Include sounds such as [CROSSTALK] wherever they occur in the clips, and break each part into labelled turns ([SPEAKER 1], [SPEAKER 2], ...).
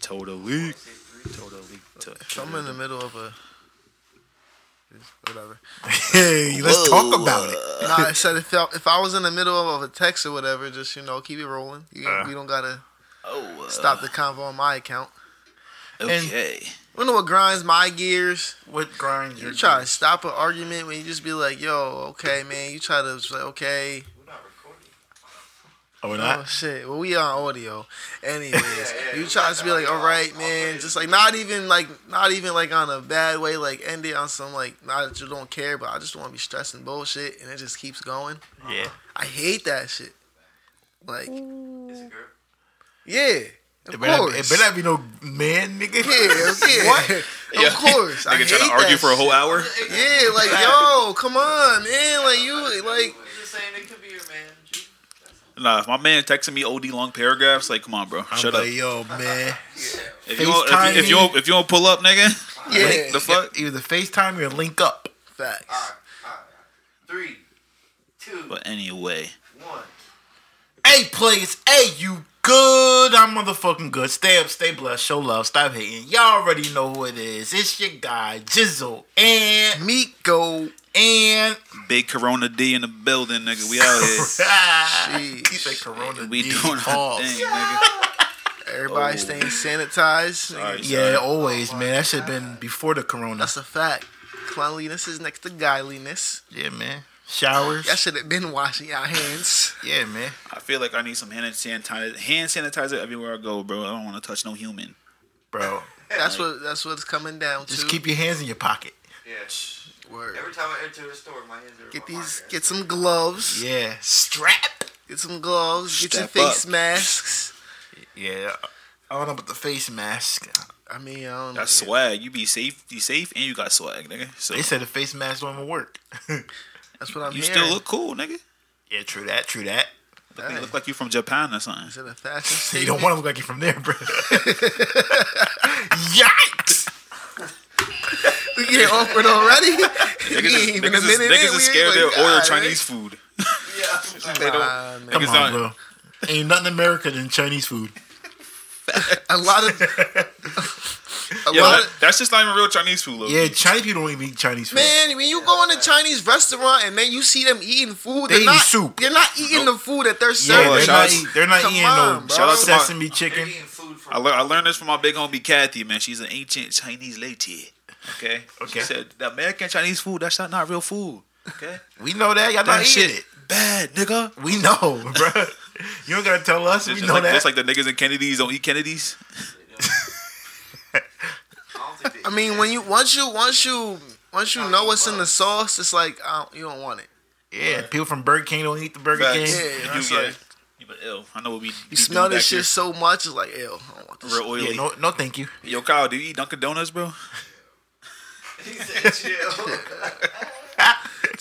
[SPEAKER 1] Totally. Totally. To-
[SPEAKER 2] I'm in the middle of a. Whatever.
[SPEAKER 3] Hey, let's talk about it.
[SPEAKER 1] Uh,
[SPEAKER 2] Nah, I said if I, if I was in the middle of a text or whatever, just you know keep it rolling. You, we don't gotta
[SPEAKER 1] oh, uh,
[SPEAKER 2] stop the convo on my account.
[SPEAKER 1] Okay.
[SPEAKER 2] You know what grinds my gears?
[SPEAKER 3] What grind
[SPEAKER 2] You try to stop an argument when you just be like, "Yo, okay, man." You try to just like, "Okay,
[SPEAKER 3] Oh, we're
[SPEAKER 2] Oh
[SPEAKER 3] not.
[SPEAKER 2] shit. Well, we on audio, anyways.
[SPEAKER 1] [LAUGHS]
[SPEAKER 2] You try to be like, all right, man. Just like not even like not even like on a bad way. Like end it on some like not that you don't care, but I just don't want to be stressing bullshit, and it just keeps going.
[SPEAKER 1] Yeah.
[SPEAKER 2] I hate that shit. Like, yeah, of
[SPEAKER 3] It better, not-
[SPEAKER 2] course.
[SPEAKER 3] it better not be no man, nigga.
[SPEAKER 1] [LAUGHS]
[SPEAKER 2] yeah, yeah.
[SPEAKER 3] What?
[SPEAKER 2] Of course. I
[SPEAKER 1] Nigga trying
[SPEAKER 2] hate
[SPEAKER 1] to
[SPEAKER 2] that
[SPEAKER 1] argue for a
[SPEAKER 2] shit.
[SPEAKER 1] whole hour.
[SPEAKER 2] Yeah, like yo, come on, man. Like you, like
[SPEAKER 4] Just saying it could be your man.
[SPEAKER 1] Nah, if my man texting me OD long paragraphs, like, come on, bro,
[SPEAKER 3] I'm
[SPEAKER 1] shut
[SPEAKER 3] like,
[SPEAKER 1] up.
[SPEAKER 3] yo, man.
[SPEAKER 1] If you, don't, if, you, if you don't, if you don't pull up, nigga,
[SPEAKER 2] yeah,
[SPEAKER 1] the fuck.
[SPEAKER 3] Either FaceTime or link up.
[SPEAKER 2] facts.
[SPEAKER 4] Three, two,
[SPEAKER 1] But anyway,
[SPEAKER 4] one.
[SPEAKER 3] Hey, place. Hey, you good? I'm motherfucking good. Stay up, stay blessed, show love, stop hating. Y'all already know who it is. It's your guy, Jizzle. And,
[SPEAKER 2] Miko,
[SPEAKER 3] and,
[SPEAKER 1] big Corona D in the building, nigga. We out here.
[SPEAKER 3] [LAUGHS] he said Corona.
[SPEAKER 1] We
[SPEAKER 3] D
[SPEAKER 1] doing our
[SPEAKER 3] pause.
[SPEAKER 1] thing, nigga.
[SPEAKER 2] everybody
[SPEAKER 1] Oh.
[SPEAKER 2] staying sanitized.
[SPEAKER 1] All right,
[SPEAKER 3] Yeah,
[SPEAKER 1] sorry.
[SPEAKER 3] always, man. That should have been before the Corona.
[SPEAKER 2] That's a fact. Cleanliness is next to godliness.
[SPEAKER 3] Yeah, man. Showers.
[SPEAKER 2] Y'all should have been washing our hands.
[SPEAKER 3] Yeah, man.
[SPEAKER 1] I feel like I need some hand sanitizer. Hand sanitizer everywhere I go, bro. I don't want to touch no human.
[SPEAKER 3] Bro,
[SPEAKER 2] That's what that's what it's coming down to.
[SPEAKER 3] just keep your hands in your pocket.
[SPEAKER 4] Yeah.
[SPEAKER 2] Word.
[SPEAKER 4] Every time I enter the store, my hands are.
[SPEAKER 2] Get
[SPEAKER 4] in my
[SPEAKER 2] these.
[SPEAKER 4] pocket.
[SPEAKER 2] Get some gloves.
[SPEAKER 3] Yeah. Strap.
[SPEAKER 2] Get some gloves.
[SPEAKER 1] Step
[SPEAKER 2] get your face
[SPEAKER 1] up.
[SPEAKER 2] masks.
[SPEAKER 3] Yeah. I don't know about the face mask.
[SPEAKER 2] I mean, I don't know.
[SPEAKER 1] That's swag. You be safe, be safe, and you got swag, nigga. So
[SPEAKER 3] They said the face mask don't even work. [LAUGHS]
[SPEAKER 2] That's what I'm
[SPEAKER 1] you
[SPEAKER 2] hearing.
[SPEAKER 1] still look cool, nigga.
[SPEAKER 3] yeah, true that, true that.
[SPEAKER 1] Look, like-
[SPEAKER 2] Hey.
[SPEAKER 1] look like you from Japan or something.
[SPEAKER 2] Is it a fashion
[SPEAKER 3] You
[SPEAKER 2] statement?
[SPEAKER 3] don't
[SPEAKER 2] [LAUGHS]
[SPEAKER 3] want to look like you from there, bro. [LAUGHS] Yikes!
[SPEAKER 2] We getting
[SPEAKER 3] [LAUGHS]
[SPEAKER 2] awkward already.
[SPEAKER 1] Niggas
[SPEAKER 2] We [LAUGHS]
[SPEAKER 1] is,
[SPEAKER 2] ain't even
[SPEAKER 1] niggas
[SPEAKER 2] a
[SPEAKER 1] is,
[SPEAKER 2] minute
[SPEAKER 1] niggas
[SPEAKER 2] in,
[SPEAKER 1] is
[SPEAKER 2] we
[SPEAKER 1] scared
[SPEAKER 2] ain't
[SPEAKER 1] they'll
[SPEAKER 2] like,
[SPEAKER 1] order
[SPEAKER 2] "God,
[SPEAKER 1] Chinese food.
[SPEAKER 4] [LAUGHS] Yeah.
[SPEAKER 1] They
[SPEAKER 2] Nah,
[SPEAKER 1] don't.
[SPEAKER 2] man.
[SPEAKER 3] Come
[SPEAKER 1] Niggas
[SPEAKER 3] on,
[SPEAKER 1] not-
[SPEAKER 3] bro. Ain't nothing in America than Chinese food.
[SPEAKER 2] A
[SPEAKER 3] [LAUGHS]
[SPEAKER 2] lot of [LAUGHS] a
[SPEAKER 1] Yeah,
[SPEAKER 2] lot
[SPEAKER 1] that- that's just not even real Chinese food, look.
[SPEAKER 3] Yeah, Chinese people don't even eat Chinese food.
[SPEAKER 2] Man, when you go in a Chinese restaurant and then you see them eating food,
[SPEAKER 3] They
[SPEAKER 2] they're
[SPEAKER 3] eat
[SPEAKER 2] not,
[SPEAKER 3] soup.
[SPEAKER 2] They're not eating the food that they're
[SPEAKER 3] yeah,
[SPEAKER 2] serving.
[SPEAKER 3] they're
[SPEAKER 1] shout
[SPEAKER 3] not,
[SPEAKER 1] out-
[SPEAKER 3] eat- they're not
[SPEAKER 2] come
[SPEAKER 3] eating
[SPEAKER 2] on,
[SPEAKER 3] no
[SPEAKER 2] bro.
[SPEAKER 1] Shout out to my-
[SPEAKER 3] sesame
[SPEAKER 4] They're
[SPEAKER 3] chicken.
[SPEAKER 4] eating food from.
[SPEAKER 1] I, lear- I learned this from my big homie Kathy, man. She's an ancient Chinese lady. Okay.
[SPEAKER 3] Okay.
[SPEAKER 1] She said the American Chinese food, that's not, not real food.
[SPEAKER 3] [LAUGHS]
[SPEAKER 1] Okay.
[SPEAKER 3] We know that. Y'all
[SPEAKER 1] That
[SPEAKER 3] not eating
[SPEAKER 1] shit bad, nigga.
[SPEAKER 3] it. We know, bro. You don't gotta tell us. we
[SPEAKER 1] It's just
[SPEAKER 3] know
[SPEAKER 1] like,
[SPEAKER 3] that.
[SPEAKER 1] just like the niggas in Kennedy's don't eat Kennedy's.
[SPEAKER 4] I don't think
[SPEAKER 2] I
[SPEAKER 4] they.
[SPEAKER 2] mean, when you once you once you once you know what's in the sauce, it's like I don't, you don't want it.
[SPEAKER 3] yeah, people from Burger King don't eat the Burger
[SPEAKER 1] Facts.
[SPEAKER 3] King.
[SPEAKER 2] Yeah,
[SPEAKER 1] You
[SPEAKER 2] that's
[SPEAKER 1] get-
[SPEAKER 2] right.
[SPEAKER 1] you be ill. I know we.
[SPEAKER 2] You smell this shit so much, it's like ew. I don't want this.
[SPEAKER 1] Real oily.
[SPEAKER 3] Yeah, no, no, thank you. [LAUGHS]
[SPEAKER 1] Yo, Kyle, do you eat Dunkin' Donuts, bro? [LAUGHS]
[SPEAKER 4] [LAUGHS]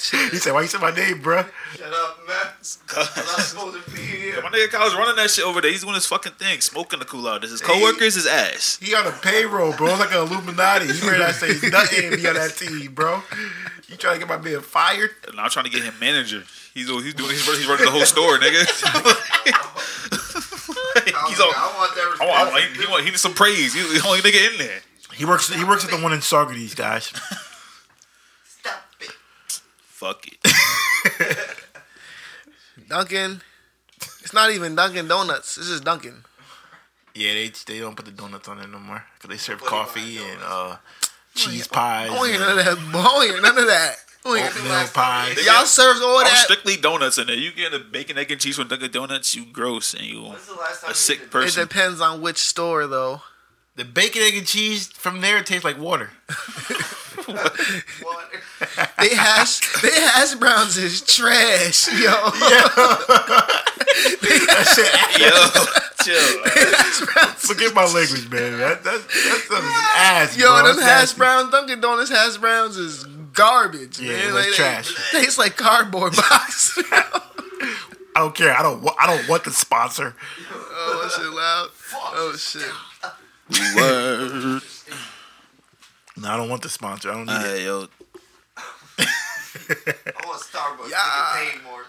[SPEAKER 4] He said, "Chill,
[SPEAKER 3] he said, "Why you said my name, bro?"
[SPEAKER 4] shut up, man. I'm not supposed to be here."
[SPEAKER 1] My nigga Kyle's running that shit over there. He's doing his fucking thing, smoking the cool out. This his coworkers, his ass.
[SPEAKER 3] He on a payroll, bro. Like an Illuminati. You heard [LAUGHS] I say nothing to be on that team, bro. You trying to get my man fired?
[SPEAKER 1] And I'm trying to get him manager. He's he's doing he's running, he's running the whole store, nigga. [LAUGHS] he's all.
[SPEAKER 4] I want that
[SPEAKER 1] I
[SPEAKER 4] response.
[SPEAKER 1] want, I want, he, he, want, he needs some praise. He's the only nigga in there.
[SPEAKER 3] He works. He works at the one in Saugerties, guys.
[SPEAKER 4] Stop it.
[SPEAKER 1] Fuck it.
[SPEAKER 2] Dunkin', it's not even Dunkin' Donuts. This is Dunkin'.
[SPEAKER 3] Yeah, they they don't put the donuts on there no more because they serve
[SPEAKER 4] What do you
[SPEAKER 3] coffee
[SPEAKER 4] buy
[SPEAKER 3] and uh, cheese pies,
[SPEAKER 2] I don't hear
[SPEAKER 3] and
[SPEAKER 2] none of that. I don't hear none of that. I don't hear-
[SPEAKER 3] oatmeal pies.
[SPEAKER 2] Y'all serves all
[SPEAKER 1] I'm
[SPEAKER 2] that.
[SPEAKER 1] strictly donuts in there. You get a bacon, egg, and cheese from Dunkin' Donuts, you gross and you
[SPEAKER 4] When's the last time
[SPEAKER 1] a
[SPEAKER 4] you
[SPEAKER 1] sick
[SPEAKER 4] did that?
[SPEAKER 2] It
[SPEAKER 1] person.
[SPEAKER 2] depends on which store though.
[SPEAKER 3] The bacon, egg, and cheese from there tastes like water.
[SPEAKER 4] What?
[SPEAKER 2] They hash they hash browns is
[SPEAKER 3] [LAUGHS]
[SPEAKER 2] trash, yo.
[SPEAKER 1] Yo, [LAUGHS]
[SPEAKER 2] [LAUGHS]
[SPEAKER 1] chill.
[SPEAKER 3] Forget my language, man. That that that stuff
[SPEAKER 2] [LAUGHS]
[SPEAKER 3] is ass,
[SPEAKER 2] Yo,
[SPEAKER 3] bro.
[SPEAKER 2] them
[SPEAKER 3] That's
[SPEAKER 2] hash
[SPEAKER 3] nasty.
[SPEAKER 2] browns, Dunkin' Donuts hash browns is garbage,
[SPEAKER 3] Yeah,
[SPEAKER 2] man.
[SPEAKER 3] it was
[SPEAKER 2] Like,
[SPEAKER 3] trash.
[SPEAKER 2] [LAUGHS] They, tastes like cardboard [LAUGHS] box.
[SPEAKER 3] I don't care. I don't. wa- I don't want the sponsor.
[SPEAKER 2] oh, that shit loud. Oh shit.
[SPEAKER 1] Word.
[SPEAKER 3] No, I don't want the sponsor. I don't need it.
[SPEAKER 1] Uh, yo,
[SPEAKER 4] I want Starbucks to
[SPEAKER 2] Yeah.
[SPEAKER 4] get paid more.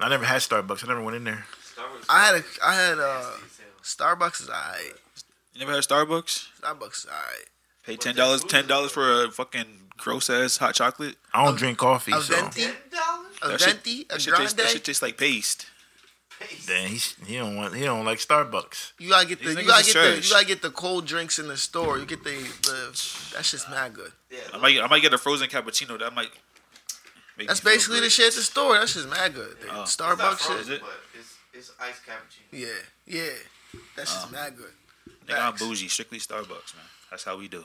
[SPEAKER 3] I never had Starbucks. I never went in there.
[SPEAKER 4] Starbucks.
[SPEAKER 2] I had a I had uh
[SPEAKER 4] sales.
[SPEAKER 2] Starbucks is alright.
[SPEAKER 1] You never had Starbucks?
[SPEAKER 2] Starbucks is alright.
[SPEAKER 1] Pay ten
[SPEAKER 4] But
[SPEAKER 1] dollars,
[SPEAKER 4] their
[SPEAKER 1] ten
[SPEAKER 4] food
[SPEAKER 1] dollars for a fucking gross ass hot chocolate.
[SPEAKER 3] I don't drink coffee,
[SPEAKER 2] A
[SPEAKER 3] so
[SPEAKER 2] venti,
[SPEAKER 4] Ten dollars?
[SPEAKER 2] a
[SPEAKER 1] That shit-
[SPEAKER 2] venti, a
[SPEAKER 1] That shit, tastes, that shit
[SPEAKER 2] grande.
[SPEAKER 1] tastes like paste.
[SPEAKER 3] then he he don't want he don't like Starbucks.
[SPEAKER 2] You gotta get the
[SPEAKER 1] These
[SPEAKER 2] you
[SPEAKER 1] niggas
[SPEAKER 2] gotta
[SPEAKER 1] is
[SPEAKER 2] get the
[SPEAKER 1] trash.
[SPEAKER 2] you gotta get the cold drinks in the store. You get the, the that shit's not good.
[SPEAKER 4] Yeah,
[SPEAKER 1] I might, I might get a frozen cappuccino. That might. Make
[SPEAKER 2] That's
[SPEAKER 1] me feel
[SPEAKER 2] basically the
[SPEAKER 1] good.
[SPEAKER 2] shit at the store. That shit's mad good. The
[SPEAKER 1] Oh. It's
[SPEAKER 4] it's not
[SPEAKER 2] Starbucks
[SPEAKER 4] frozen,
[SPEAKER 2] shit.
[SPEAKER 1] shit.
[SPEAKER 4] but it's it's iced
[SPEAKER 2] [LAUGHS]
[SPEAKER 4] cappuccino.
[SPEAKER 2] Yeah, yeah. That
[SPEAKER 1] Oh.
[SPEAKER 2] shit's mad good.
[SPEAKER 1] Nigga, I'm
[SPEAKER 2] Facts.
[SPEAKER 1] bougie. Strictly Starbucks, man. That's how we do.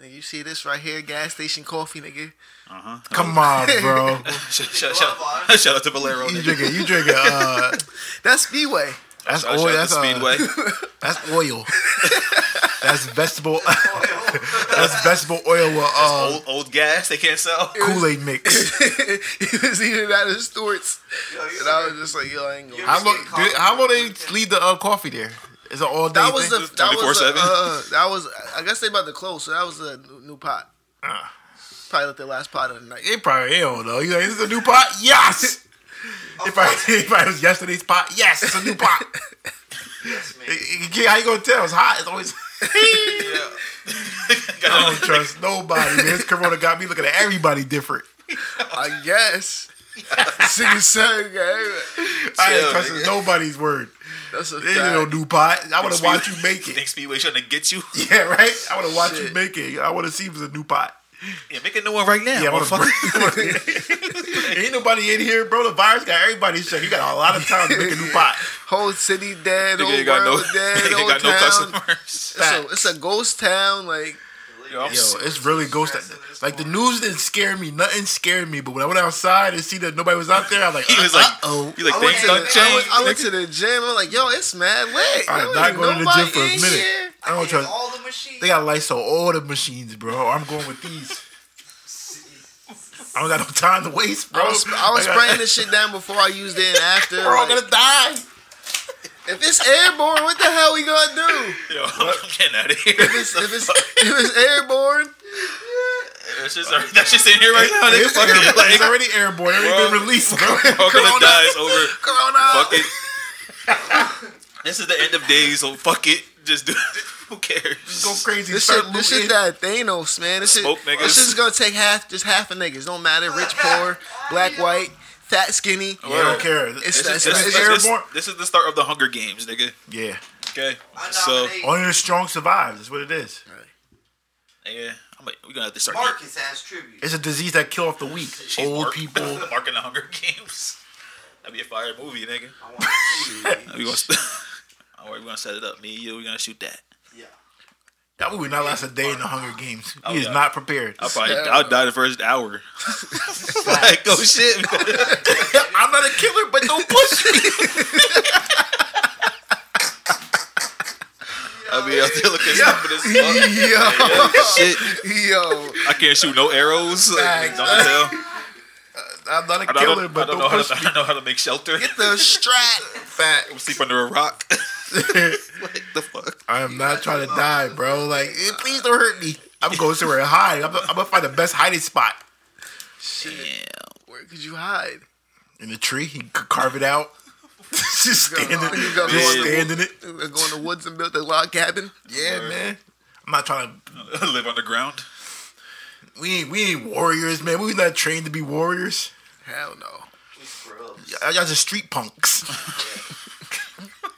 [SPEAKER 2] Nigga, you see this right here, gas station coffee, nigga.
[SPEAKER 1] Uh huh.
[SPEAKER 3] Come on,
[SPEAKER 2] [LAUGHS]
[SPEAKER 3] bro.
[SPEAKER 1] [LAUGHS] shout, shout, [LAUGHS] shout, shout out to Valero.
[SPEAKER 3] you
[SPEAKER 1] nigga.
[SPEAKER 3] drinking? You drinking? Uh,
[SPEAKER 2] That's Speedway.
[SPEAKER 3] that's
[SPEAKER 1] Shout
[SPEAKER 3] oil.
[SPEAKER 1] out to
[SPEAKER 3] That's uh,
[SPEAKER 1] Speedway. [LAUGHS]
[SPEAKER 3] That's oil. [LAUGHS] that's vegetable. [LAUGHS] that's vegetable oil with uh,
[SPEAKER 1] old, old gas. They can't [LAUGHS] sell.
[SPEAKER 3] Kool Aid mix.
[SPEAKER 2] it was either that or Stewart's.
[SPEAKER 4] Yo, you
[SPEAKER 2] And I
[SPEAKER 4] [LAUGHS]
[SPEAKER 2] was just like, yo, I ain't gonna.
[SPEAKER 3] How long? Did, how long they leave the uh, coffee there? Is it all day?
[SPEAKER 2] That was the
[SPEAKER 3] thing?
[SPEAKER 2] that was the,
[SPEAKER 1] 24/7?
[SPEAKER 2] uh, that was I guess they about to close, so that was a new, new pot.
[SPEAKER 3] Ah.
[SPEAKER 2] Probably like their last pot of the night.
[SPEAKER 1] [LAUGHS]
[SPEAKER 3] They probably they don't know. You like, is this a new pot? Yes. It probably, [LAUGHS] it probably was yesterday's pot. Yes, it's a new pot.
[SPEAKER 4] Yes, man.
[SPEAKER 3] You can't- How you gonna tell? It's hot. It's always. I don't trust nobody. Man. This corona got me looking at everybody different.
[SPEAKER 2] I guess. Singing song, yeah.
[SPEAKER 3] I ain't
[SPEAKER 1] Chill,
[SPEAKER 3] trusting nobody's word.
[SPEAKER 2] That's a
[SPEAKER 3] They ain't no
[SPEAKER 2] fact.
[SPEAKER 3] new pot. I want to
[SPEAKER 1] Speedway-
[SPEAKER 3] watch you make it.
[SPEAKER 1] Think Speedway trying to get you?
[SPEAKER 3] Yeah, right. I want to watch you
[SPEAKER 2] Shit.
[SPEAKER 3] make it. I want to see if it's a new pot.
[SPEAKER 1] Yeah, make a new one right now.
[SPEAKER 3] Yeah, I wanna
[SPEAKER 1] motherfucker.
[SPEAKER 3] break- [LAUGHS] ain't nobody in here, bro. The virus got everybody shut. You got a lot of time to make a new pot.
[SPEAKER 2] Whole city dead,
[SPEAKER 1] [LAUGHS] Nigga
[SPEAKER 2] whole
[SPEAKER 1] ain't got no,
[SPEAKER 2] world
[SPEAKER 1] [LAUGHS]
[SPEAKER 2] dead,
[SPEAKER 1] nigga
[SPEAKER 2] whole
[SPEAKER 1] ain't got no
[SPEAKER 2] town.
[SPEAKER 1] customers.
[SPEAKER 2] it's, a, it's a ghost town, like
[SPEAKER 1] Yo, [LAUGHS] I'm
[SPEAKER 3] Yo, it's really ghost. Like the news didn't scare me. Nothing scared me. But when I went outside and see that nobody was out there, I'm like,
[SPEAKER 1] [LAUGHS] He was like,
[SPEAKER 3] oh,
[SPEAKER 1] he like
[SPEAKER 2] I went, to
[SPEAKER 1] things
[SPEAKER 2] the,
[SPEAKER 1] done
[SPEAKER 2] I, went,
[SPEAKER 1] changed.
[SPEAKER 2] I went to the gym. I'm like, yo, it's mad lit.
[SPEAKER 3] I'm
[SPEAKER 2] Yo,
[SPEAKER 3] not
[SPEAKER 2] ain't
[SPEAKER 3] going to the gym
[SPEAKER 2] nobody
[SPEAKER 3] for a
[SPEAKER 2] in
[SPEAKER 3] minute.
[SPEAKER 2] here.
[SPEAKER 3] I don't trust.
[SPEAKER 4] all the machines.
[SPEAKER 3] They got lights on all the machines, bro. I'm going with these. I don't got no time to waste, bro.
[SPEAKER 2] I was, I was
[SPEAKER 3] got-
[SPEAKER 2] spraying this shit down before I used it and after.
[SPEAKER 3] We're all
[SPEAKER 2] like,
[SPEAKER 3] gonna die.
[SPEAKER 2] if it's airborne, what the hell we gonna do?
[SPEAKER 1] [LAUGHS] Yo, I'm getting out of here.
[SPEAKER 2] If it's if it's, if it's airborne,
[SPEAKER 1] That's just, that's just in here right now.
[SPEAKER 3] [LAUGHS]
[SPEAKER 1] Nigga,
[SPEAKER 3] It's,
[SPEAKER 1] fucking
[SPEAKER 3] airborne. it's
[SPEAKER 1] like,
[SPEAKER 3] already airborne. It already
[SPEAKER 1] Bro.
[SPEAKER 3] been released, bro.
[SPEAKER 1] all gonna
[SPEAKER 2] Corona.
[SPEAKER 1] die. It's over.
[SPEAKER 2] [LAUGHS] Corona.
[SPEAKER 1] Fuck it. this is the end of days, so fuck it. [LAUGHS] Just do. Who cares?
[SPEAKER 3] Go crazy.
[SPEAKER 2] This
[SPEAKER 3] start
[SPEAKER 2] shit, this
[SPEAKER 3] looting.
[SPEAKER 2] shit that Thanos, man. This shit,
[SPEAKER 1] Smoke niggas.
[SPEAKER 2] this shit's gonna take half, just half of niggas. Don't matter, rich, poor, black, white, fat, skinny.
[SPEAKER 3] Yeah, I don't
[SPEAKER 1] Word.
[SPEAKER 3] care.
[SPEAKER 2] It's-
[SPEAKER 1] This is,
[SPEAKER 2] That's-
[SPEAKER 1] this,
[SPEAKER 2] that's
[SPEAKER 1] is, this,
[SPEAKER 3] airborne.
[SPEAKER 1] this is the start of the Hunger Games, nigga.
[SPEAKER 3] yeah.
[SPEAKER 1] Okay,
[SPEAKER 4] I
[SPEAKER 1] so
[SPEAKER 4] nominate
[SPEAKER 3] Only the strong survive. That's what it is.
[SPEAKER 1] yeah, I'm like, we're gonna have to start.
[SPEAKER 4] Marcus as tribute.
[SPEAKER 3] It's a disease that kill off the weak.
[SPEAKER 1] Shit,
[SPEAKER 3] Old
[SPEAKER 1] Mark-
[SPEAKER 3] people.
[SPEAKER 1] [LAUGHS] Mark in the Hunger Games. That'd be a fire movie, nigga.
[SPEAKER 4] I want to see you.
[SPEAKER 1] We gonna, st- [LAUGHS] all right, we're gonna set it up. Me and you, we're gonna shoot that.
[SPEAKER 4] Yeah.
[SPEAKER 3] That movie would not last a day in the Hunger Games.
[SPEAKER 1] Oh,
[SPEAKER 3] He is
[SPEAKER 1] yeah.
[SPEAKER 3] not prepared.
[SPEAKER 1] I'll probably,
[SPEAKER 2] Yeah.
[SPEAKER 1] I'll die the first hour. [LAUGHS] like, oh shit.
[SPEAKER 3] [LAUGHS]
[SPEAKER 1] [LAUGHS]
[SPEAKER 3] I'm not a killer, but don't push me.
[SPEAKER 1] I'll be out there looking
[SPEAKER 3] [LAUGHS]
[SPEAKER 1] stupid as fuck.
[SPEAKER 2] Yo,
[SPEAKER 1] Shit,
[SPEAKER 2] [LAUGHS] yo,
[SPEAKER 1] I can't shoot no arrows. Like,
[SPEAKER 3] Facts.
[SPEAKER 1] don't tell.
[SPEAKER 3] I'm not a
[SPEAKER 1] I don't,
[SPEAKER 3] killer,
[SPEAKER 1] I
[SPEAKER 3] but
[SPEAKER 1] don't
[SPEAKER 3] don't,
[SPEAKER 1] know how
[SPEAKER 3] push
[SPEAKER 1] to, [LAUGHS] I don't know how to make shelter.
[SPEAKER 2] get the strat.
[SPEAKER 3] fat.
[SPEAKER 1] [LAUGHS] Sleep under a rock. [LAUGHS]
[SPEAKER 3] me.
[SPEAKER 1] what the fuck?
[SPEAKER 3] [LAUGHS] I am not trying to die, bro. Like, eh, please don't hurt me. I'm going somewhere and hide. I'm, I'm gonna find the best hiding spot
[SPEAKER 2] Shit,
[SPEAKER 1] Damn.
[SPEAKER 2] where could you hide?
[SPEAKER 3] in the tree. He could carve it out. [LAUGHS] just stand in
[SPEAKER 2] You got
[SPEAKER 3] it.
[SPEAKER 1] one.
[SPEAKER 3] Just stand in it.
[SPEAKER 2] Go in the woods and build a log cabin.
[SPEAKER 3] Yeah, man. I'm not trying to
[SPEAKER 1] [LAUGHS] Live underground.
[SPEAKER 3] We ain't, we ain't warriors, man. We was not trained to be warriors.
[SPEAKER 2] Hell no.
[SPEAKER 4] We scrubs.
[SPEAKER 3] Y'all y'all just street punks.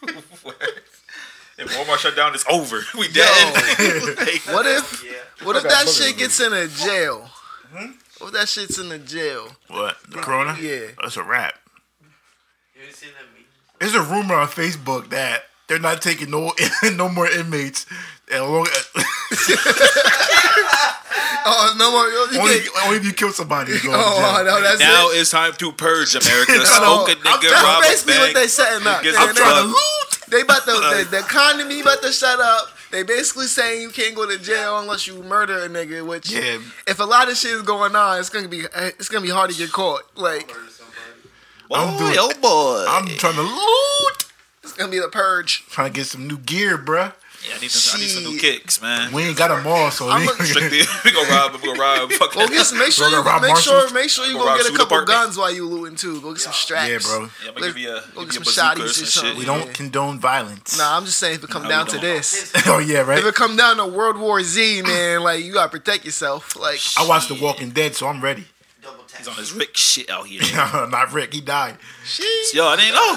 [SPEAKER 1] If Walmart shut down, it's over. [LAUGHS] We dead.
[SPEAKER 2] [LAUGHS]
[SPEAKER 1] [LAUGHS] Like,
[SPEAKER 2] What if
[SPEAKER 4] Yeah.
[SPEAKER 2] what if that
[SPEAKER 3] booger
[SPEAKER 2] shit
[SPEAKER 3] in
[SPEAKER 2] gets in a jail?
[SPEAKER 3] Hmm?
[SPEAKER 2] What if that shit's in a jail?
[SPEAKER 3] What? The corona?
[SPEAKER 2] Yeah.
[SPEAKER 1] Oh,
[SPEAKER 3] That's a wrap.
[SPEAKER 4] You ain't seen that meme?
[SPEAKER 3] There's a rumor on Facebook that they're not taking no [LAUGHS] no more inmates. And long, [LAUGHS]
[SPEAKER 2] Oh no more. You
[SPEAKER 3] only,
[SPEAKER 2] [LAUGHS] can't-
[SPEAKER 3] only if you kill somebody. You go
[SPEAKER 2] oh
[SPEAKER 3] oh,
[SPEAKER 2] no, that's
[SPEAKER 1] Now
[SPEAKER 2] it.
[SPEAKER 1] it's time to purge
[SPEAKER 2] [LAUGHS]
[SPEAKER 1] America.
[SPEAKER 2] No,
[SPEAKER 1] Smoke a
[SPEAKER 2] I'm-
[SPEAKER 1] nigga,
[SPEAKER 2] that's
[SPEAKER 1] rob a
[SPEAKER 2] basically what they
[SPEAKER 1] bank.
[SPEAKER 2] setting up.
[SPEAKER 1] gives
[SPEAKER 2] They-
[SPEAKER 1] a
[SPEAKER 2] they-
[SPEAKER 3] I'm trying to
[SPEAKER 1] fuck.
[SPEAKER 3] loot.
[SPEAKER 2] They about to the, the economy about to shut up. They basically saying you can't go to jail unless you murder a nigga. Which
[SPEAKER 3] Yeah.
[SPEAKER 2] if a lot of shit is going on, it's gonna be it's gonna be hard to get caught. Like
[SPEAKER 4] Murder somebody.
[SPEAKER 1] Boy,
[SPEAKER 3] I'm doing-
[SPEAKER 1] oh boy.
[SPEAKER 3] I'm trying to loot.
[SPEAKER 2] It's gonna be the purge.
[SPEAKER 3] Trying to get some new gear, bruh.
[SPEAKER 1] Yeah, I need some, I need some new
[SPEAKER 2] Shit.
[SPEAKER 1] kicks, man.
[SPEAKER 3] We ain't got them all, so
[SPEAKER 2] I'm
[SPEAKER 3] we- [LAUGHS]
[SPEAKER 2] a-
[SPEAKER 1] [LAUGHS] Strictly, [LAUGHS] we gonna rob. We
[SPEAKER 2] [LAUGHS]
[SPEAKER 1] gonna rob. Fucking
[SPEAKER 2] Go get some. Make sure
[SPEAKER 3] Go
[SPEAKER 2] you
[SPEAKER 3] to Rob
[SPEAKER 2] make sure
[SPEAKER 3] Marshall's.
[SPEAKER 2] make sure you
[SPEAKER 1] Go
[SPEAKER 2] go
[SPEAKER 1] Rob
[SPEAKER 2] get a
[SPEAKER 1] Shooter
[SPEAKER 2] couple
[SPEAKER 1] Department.
[SPEAKER 2] guns while you looting too. Go get some straps.
[SPEAKER 3] yeah, bro.
[SPEAKER 1] Yeah, I'm
[SPEAKER 2] Let-
[SPEAKER 1] gonna give you a,
[SPEAKER 2] go
[SPEAKER 1] give
[SPEAKER 2] get
[SPEAKER 1] you
[SPEAKER 2] some
[SPEAKER 1] a bazooka
[SPEAKER 2] shotties
[SPEAKER 1] or
[SPEAKER 2] or
[SPEAKER 1] some shit.
[SPEAKER 2] something.
[SPEAKER 3] We
[SPEAKER 2] Yeah.
[SPEAKER 3] don't condone violence.
[SPEAKER 2] Nah, I'm just saying if it come
[SPEAKER 1] Nah,
[SPEAKER 2] down
[SPEAKER 1] we
[SPEAKER 2] to
[SPEAKER 1] don't.
[SPEAKER 2] this,
[SPEAKER 3] [LAUGHS] oh yeah, right.
[SPEAKER 2] if it come down to World War Z, man, like you gotta protect yourself. Like
[SPEAKER 3] I watched The Walking Dead, so I'm ready. [LAUGHS]
[SPEAKER 4] Double tap.
[SPEAKER 1] He's on his Rick shit out here.
[SPEAKER 3] Not Rick, he died. [LAUGHS]
[SPEAKER 2] shit.
[SPEAKER 1] Yo, I didn't know.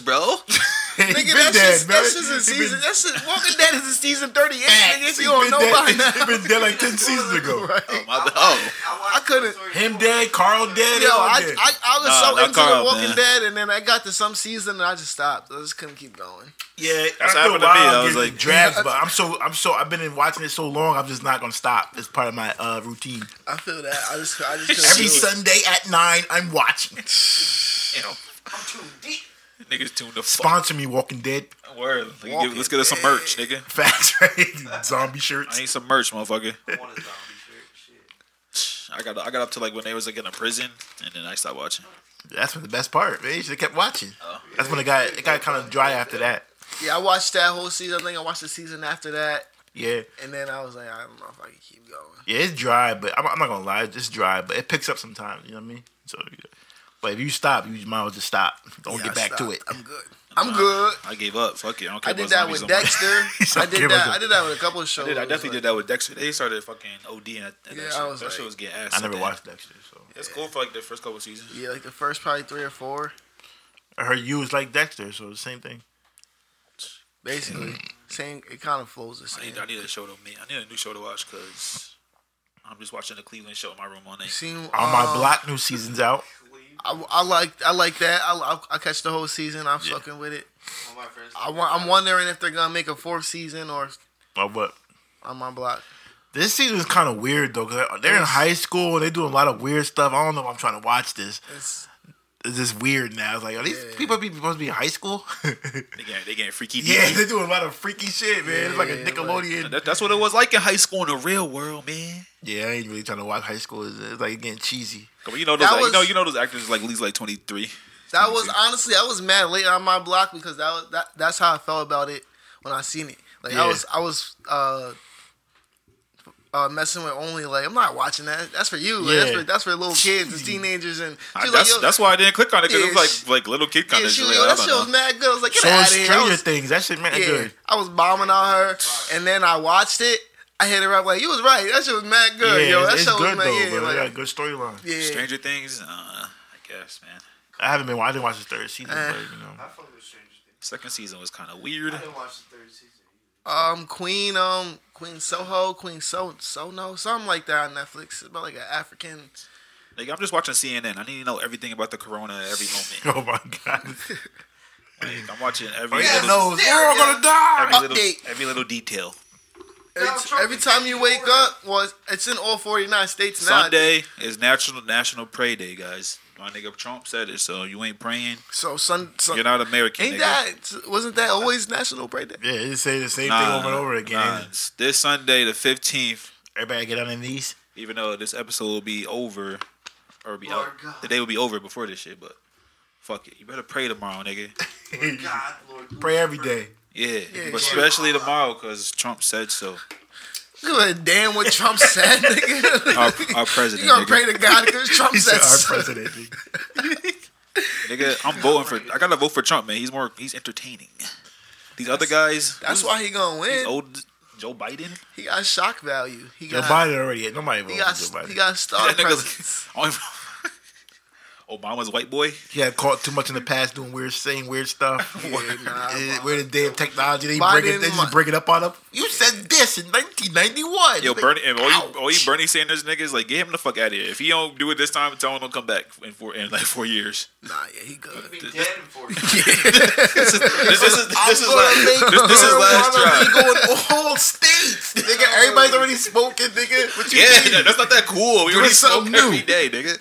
[SPEAKER 2] [LAUGHS]
[SPEAKER 1] bro. [LAUGHS] Oh,
[SPEAKER 3] Nigga,
[SPEAKER 2] Nigga, that's just, that's just in season. That's just, Walking Dead is in season thirty-eight. Nigga, if you don't know by now,
[SPEAKER 3] [LAUGHS] He been dead like ten seasons ago.
[SPEAKER 2] [LAUGHS] right?
[SPEAKER 1] My bad. Oh,
[SPEAKER 4] watched
[SPEAKER 2] I couldn't-
[SPEAKER 4] Toy Story
[SPEAKER 3] Him
[SPEAKER 4] four.
[SPEAKER 3] dead, Carl dead.
[SPEAKER 2] Yo,
[SPEAKER 3] all
[SPEAKER 2] I,
[SPEAKER 3] dead.
[SPEAKER 2] I, I was
[SPEAKER 1] Nah,
[SPEAKER 2] so
[SPEAKER 1] not
[SPEAKER 2] into
[SPEAKER 1] Carl,
[SPEAKER 2] The Walking
[SPEAKER 1] man.
[SPEAKER 2] Dead, and then I got to some season and I just stopped. I just couldn't keep going.
[SPEAKER 3] yeah,
[SPEAKER 1] That's
[SPEAKER 3] after a
[SPEAKER 1] happened to me.
[SPEAKER 3] while,
[SPEAKER 1] I was
[SPEAKER 3] get
[SPEAKER 1] like-
[SPEAKER 3] drags, but I'm so, I'm so, I've been in watching it so long. I'm just not gonna stop. It's part of my uh, routine.
[SPEAKER 2] I feel that. I just, [LAUGHS] I just couldn't
[SPEAKER 3] Every
[SPEAKER 2] do it.
[SPEAKER 3] Sunday at nine, I'm watching.
[SPEAKER 1] you know,
[SPEAKER 4] I'm too deep.
[SPEAKER 1] niggas tuned the fuck.
[SPEAKER 3] Sponsor me, Walking Dead. [LAUGHS]
[SPEAKER 1] Word. Like, you give- let's get us some merch, nigga.
[SPEAKER 3] Facts, right? Zombie
[SPEAKER 1] I
[SPEAKER 3] shirts.
[SPEAKER 1] need some merch, motherfucker.
[SPEAKER 4] I want a zombie shirt. Shit.
[SPEAKER 1] I got I got up to like when they was like in a prison, and then I stopped watching.
[SPEAKER 3] That's the best part. Man, you should have kept watching. That's when it got it got kind of dry after that.
[SPEAKER 2] Yeah, I watched that whole season. I think I watched the season after that,
[SPEAKER 3] Yeah.
[SPEAKER 2] and then I was like, I don't know if I can keep going.
[SPEAKER 3] Yeah, it's dry, but I'm, I'm not gonna lie, it's dry, but it picks up sometimes. You know what I mean? So, yeah. but if you stop, you might as well just stop. Don't
[SPEAKER 2] Yeah,
[SPEAKER 3] get
[SPEAKER 2] I
[SPEAKER 3] back to
[SPEAKER 2] stopped.
[SPEAKER 3] it.
[SPEAKER 2] I'm good. I'm good.
[SPEAKER 1] I gave up. Fuck it. I don't care.
[SPEAKER 2] I did
[SPEAKER 1] about
[SPEAKER 2] that
[SPEAKER 1] zombies
[SPEAKER 2] with
[SPEAKER 1] no more.
[SPEAKER 3] [LAUGHS]
[SPEAKER 2] Dexter.
[SPEAKER 3] said,
[SPEAKER 2] I
[SPEAKER 3] "Give
[SPEAKER 2] did
[SPEAKER 3] us
[SPEAKER 2] that.
[SPEAKER 3] a-"
[SPEAKER 2] I did that with a couple of shows.
[SPEAKER 1] [LAUGHS] I did. I definitely
[SPEAKER 2] like,
[SPEAKER 1] did that with Dexter. They started fucking ODing at,
[SPEAKER 2] Yeah, I
[SPEAKER 1] at that shit.
[SPEAKER 2] was
[SPEAKER 1] that
[SPEAKER 2] like-
[SPEAKER 1] shit was getting ass.
[SPEAKER 3] I never
[SPEAKER 1] at that.
[SPEAKER 3] watched Dexter, so
[SPEAKER 1] It's cool for like the first couple seasons.
[SPEAKER 2] Yeah, like the first probably three or four,
[SPEAKER 3] I heard you was like Dexter, so the same thing.
[SPEAKER 2] basically.
[SPEAKER 3] Mm.
[SPEAKER 2] Same. It kind of flows the
[SPEAKER 1] I
[SPEAKER 2] same.
[SPEAKER 1] need, I need a show to me. I need a new show to watch because I'm just watching the Cleveland show in my room all night.
[SPEAKER 2] Seen
[SPEAKER 3] On my
[SPEAKER 2] uh,
[SPEAKER 3] block, new seasons out.
[SPEAKER 2] I, I like I like that. I, I, I catch the whole season. I'm fucking with it.
[SPEAKER 4] All my friends.
[SPEAKER 2] I wa- I'm wondering if they're gonna make a fourth season or if
[SPEAKER 3] Oh, but
[SPEAKER 2] on my block.
[SPEAKER 3] this season is kind of weird though, because they're in high school and they do a lot of weird stuff. I don't know if I'm trying to watch this.
[SPEAKER 2] It's,
[SPEAKER 3] It's just weird now. It's like, are these
[SPEAKER 2] Yeah.
[SPEAKER 3] people be supposed to be in high school? [LAUGHS]
[SPEAKER 1] They getting they getting [LAUGHS] freaky.
[SPEAKER 3] yeah,
[SPEAKER 1] deaky.
[SPEAKER 3] they do a lot of freaky shit, man. it's like a
[SPEAKER 2] Yeah, like-
[SPEAKER 3] Nickelodeon.
[SPEAKER 1] That, that's what it was like in high school in the real world, man.
[SPEAKER 3] yeah, I ain't really trying to watch high school. It's, it's like getting cheesy.
[SPEAKER 1] Come on, You know those,
[SPEAKER 2] That
[SPEAKER 1] like, you
[SPEAKER 2] was-
[SPEAKER 1] know you know those actors is like at least like 23.
[SPEAKER 2] that was honestly I was mad late on my block because that was that, that's how I felt about it when I seen it. Like
[SPEAKER 3] Yeah.
[SPEAKER 2] I was I was uh uh, messing with only like I'm not watching that. That's for you. Like, that's
[SPEAKER 3] Yeah.
[SPEAKER 2] for that's for little kids
[SPEAKER 1] [LAUGHS]
[SPEAKER 2] and teenagers and
[SPEAKER 1] I-
[SPEAKER 2] she was like,
[SPEAKER 1] that's
[SPEAKER 2] yo,
[SPEAKER 1] that's why I didn't click on it because it
[SPEAKER 2] Yeah,
[SPEAKER 1] was
[SPEAKER 2] she-
[SPEAKER 1] like like little kid kind
[SPEAKER 2] yeah,
[SPEAKER 1] of
[SPEAKER 2] she
[SPEAKER 1] shit.
[SPEAKER 2] was,
[SPEAKER 1] Like, oh,
[SPEAKER 2] yo,
[SPEAKER 1] I
[SPEAKER 2] that
[SPEAKER 1] don't
[SPEAKER 2] shit was
[SPEAKER 1] know.
[SPEAKER 2] mad good. I was like, get
[SPEAKER 3] Showing
[SPEAKER 2] out of here. I
[SPEAKER 3] Stranger
[SPEAKER 2] was-
[SPEAKER 3] Things. That shit meant
[SPEAKER 2] yeah,
[SPEAKER 3] good.
[SPEAKER 2] I was bombing on her, and then I watched it. I hit her up like, you was right. That shit was mad good,
[SPEAKER 3] yeah,
[SPEAKER 2] yo. That
[SPEAKER 3] it's,
[SPEAKER 2] shit
[SPEAKER 3] it's
[SPEAKER 2] was
[SPEAKER 3] good
[SPEAKER 2] mad.
[SPEAKER 3] though,
[SPEAKER 2] yeah,
[SPEAKER 3] bro. They
[SPEAKER 2] like,
[SPEAKER 3] got a good storyline.
[SPEAKER 2] yeah.
[SPEAKER 1] Stranger Things. Uh, I guess man.
[SPEAKER 3] I haven't been. I didn't watch the third season,
[SPEAKER 2] Eh.
[SPEAKER 3] but you know,
[SPEAKER 4] I fuck with Stranger Things.
[SPEAKER 1] Second season was kind of weird.
[SPEAKER 4] I didn't watch the third season.
[SPEAKER 2] um Queen um Queen Soho, Queen So Sono, something like that on Netflix. It's about like an African.
[SPEAKER 1] Like I'm just watching CNN. I need to know everything about the corona at every
[SPEAKER 3] [LAUGHS]
[SPEAKER 1] moment.
[SPEAKER 3] oh my god,
[SPEAKER 2] [LAUGHS]
[SPEAKER 1] Like, I'm watching every
[SPEAKER 3] Oh, yeah,
[SPEAKER 1] little,
[SPEAKER 3] no, uh, we're all gonna die.
[SPEAKER 1] every little
[SPEAKER 2] Update.
[SPEAKER 1] every little detail.
[SPEAKER 2] Every,
[SPEAKER 4] Donald Trump
[SPEAKER 2] every
[SPEAKER 4] is
[SPEAKER 2] time you wake
[SPEAKER 4] Florida.
[SPEAKER 2] up, well, it's- it's in all forty nine states now.
[SPEAKER 1] Sunday is National National Pray Day, guys. My nigga Trump said it, so you ain't praying.
[SPEAKER 2] So Sun, sun
[SPEAKER 1] You're not American.
[SPEAKER 2] ain't
[SPEAKER 1] nigga.
[SPEAKER 2] that wasn't that always National Pride Day?
[SPEAKER 3] Yeah, they say the same
[SPEAKER 1] Nah,
[SPEAKER 3] thing over and over again.
[SPEAKER 1] nah. This Sunday, the 15th,
[SPEAKER 3] Everybody get on their knees.
[SPEAKER 1] even though this episode will be over or be
[SPEAKER 4] Lord
[SPEAKER 1] out.
[SPEAKER 4] God.
[SPEAKER 1] The day will be over before this shit, but fuck it. You better pray tomorrow, nigga.
[SPEAKER 2] Oh,
[SPEAKER 4] Lord God, Lord.
[SPEAKER 3] Pray every day.
[SPEAKER 2] [LAUGHS]
[SPEAKER 1] Yeah,
[SPEAKER 2] Yeah,
[SPEAKER 1] but
[SPEAKER 2] yeah.
[SPEAKER 1] especially tomorrow because Trump
[SPEAKER 3] [LAUGHS]
[SPEAKER 1] said so.
[SPEAKER 2] Give a damn what Trump said, nigga.
[SPEAKER 1] Our, our president,
[SPEAKER 2] you gonna
[SPEAKER 1] nigga.
[SPEAKER 2] pray to God because Trump
[SPEAKER 3] [LAUGHS] He's our
[SPEAKER 2] said so.
[SPEAKER 3] president.
[SPEAKER 1] Nigga, I'm voting for. I gotta vote for Trump, man. He's more. He's entertaining. These other guys.
[SPEAKER 2] That's why he gonna
[SPEAKER 1] These
[SPEAKER 2] win.
[SPEAKER 1] old Joe Biden.
[SPEAKER 2] He got shock value. He
[SPEAKER 3] Joe
[SPEAKER 2] got
[SPEAKER 3] Biden already. Nobody voted
[SPEAKER 2] he
[SPEAKER 3] for
[SPEAKER 2] got
[SPEAKER 3] Joe Biden.
[SPEAKER 2] he
[SPEAKER 3] He, [LAUGHS]
[SPEAKER 2] got star
[SPEAKER 1] That
[SPEAKER 2] presence.
[SPEAKER 1] nigga's. [LAUGHS] Obama's white boy.
[SPEAKER 3] got caught too much in the past doing weird, saying weird
[SPEAKER 2] [LAUGHS]
[SPEAKER 3] stuff.
[SPEAKER 2] nah,
[SPEAKER 3] Eh, We're in the day of technology. They
[SPEAKER 2] Biden
[SPEAKER 3] break it. They
[SPEAKER 2] won.
[SPEAKER 3] just break it up
[SPEAKER 2] [LAUGHS]
[SPEAKER 3] on up. You said this in 1991.
[SPEAKER 1] Yo,
[SPEAKER 3] Like,
[SPEAKER 1] Bernie and all
[SPEAKER 3] ouch.
[SPEAKER 1] you, all you Bernie Sanders niggas, like get him the fuck out of here. If he don't do it this time, tell him to come back in four in like four years.
[SPEAKER 2] Nah, yeah, he good.
[SPEAKER 4] Be dead in four years.
[SPEAKER 1] This is this
[SPEAKER 3] [LAUGHS]
[SPEAKER 1] is this is
[SPEAKER 3] I'm gonna
[SPEAKER 1] last,
[SPEAKER 3] make
[SPEAKER 1] this, this is last
[SPEAKER 3] marijuana
[SPEAKER 1] try.
[SPEAKER 3] legal in all [LAUGHS] states, nigga. Everybody's already smoking, nigga. What you mean? [LAUGHS]
[SPEAKER 1] Yeah, that's not that cool. We already smoke
[SPEAKER 3] something
[SPEAKER 1] every
[SPEAKER 3] new.
[SPEAKER 1] day, nigga.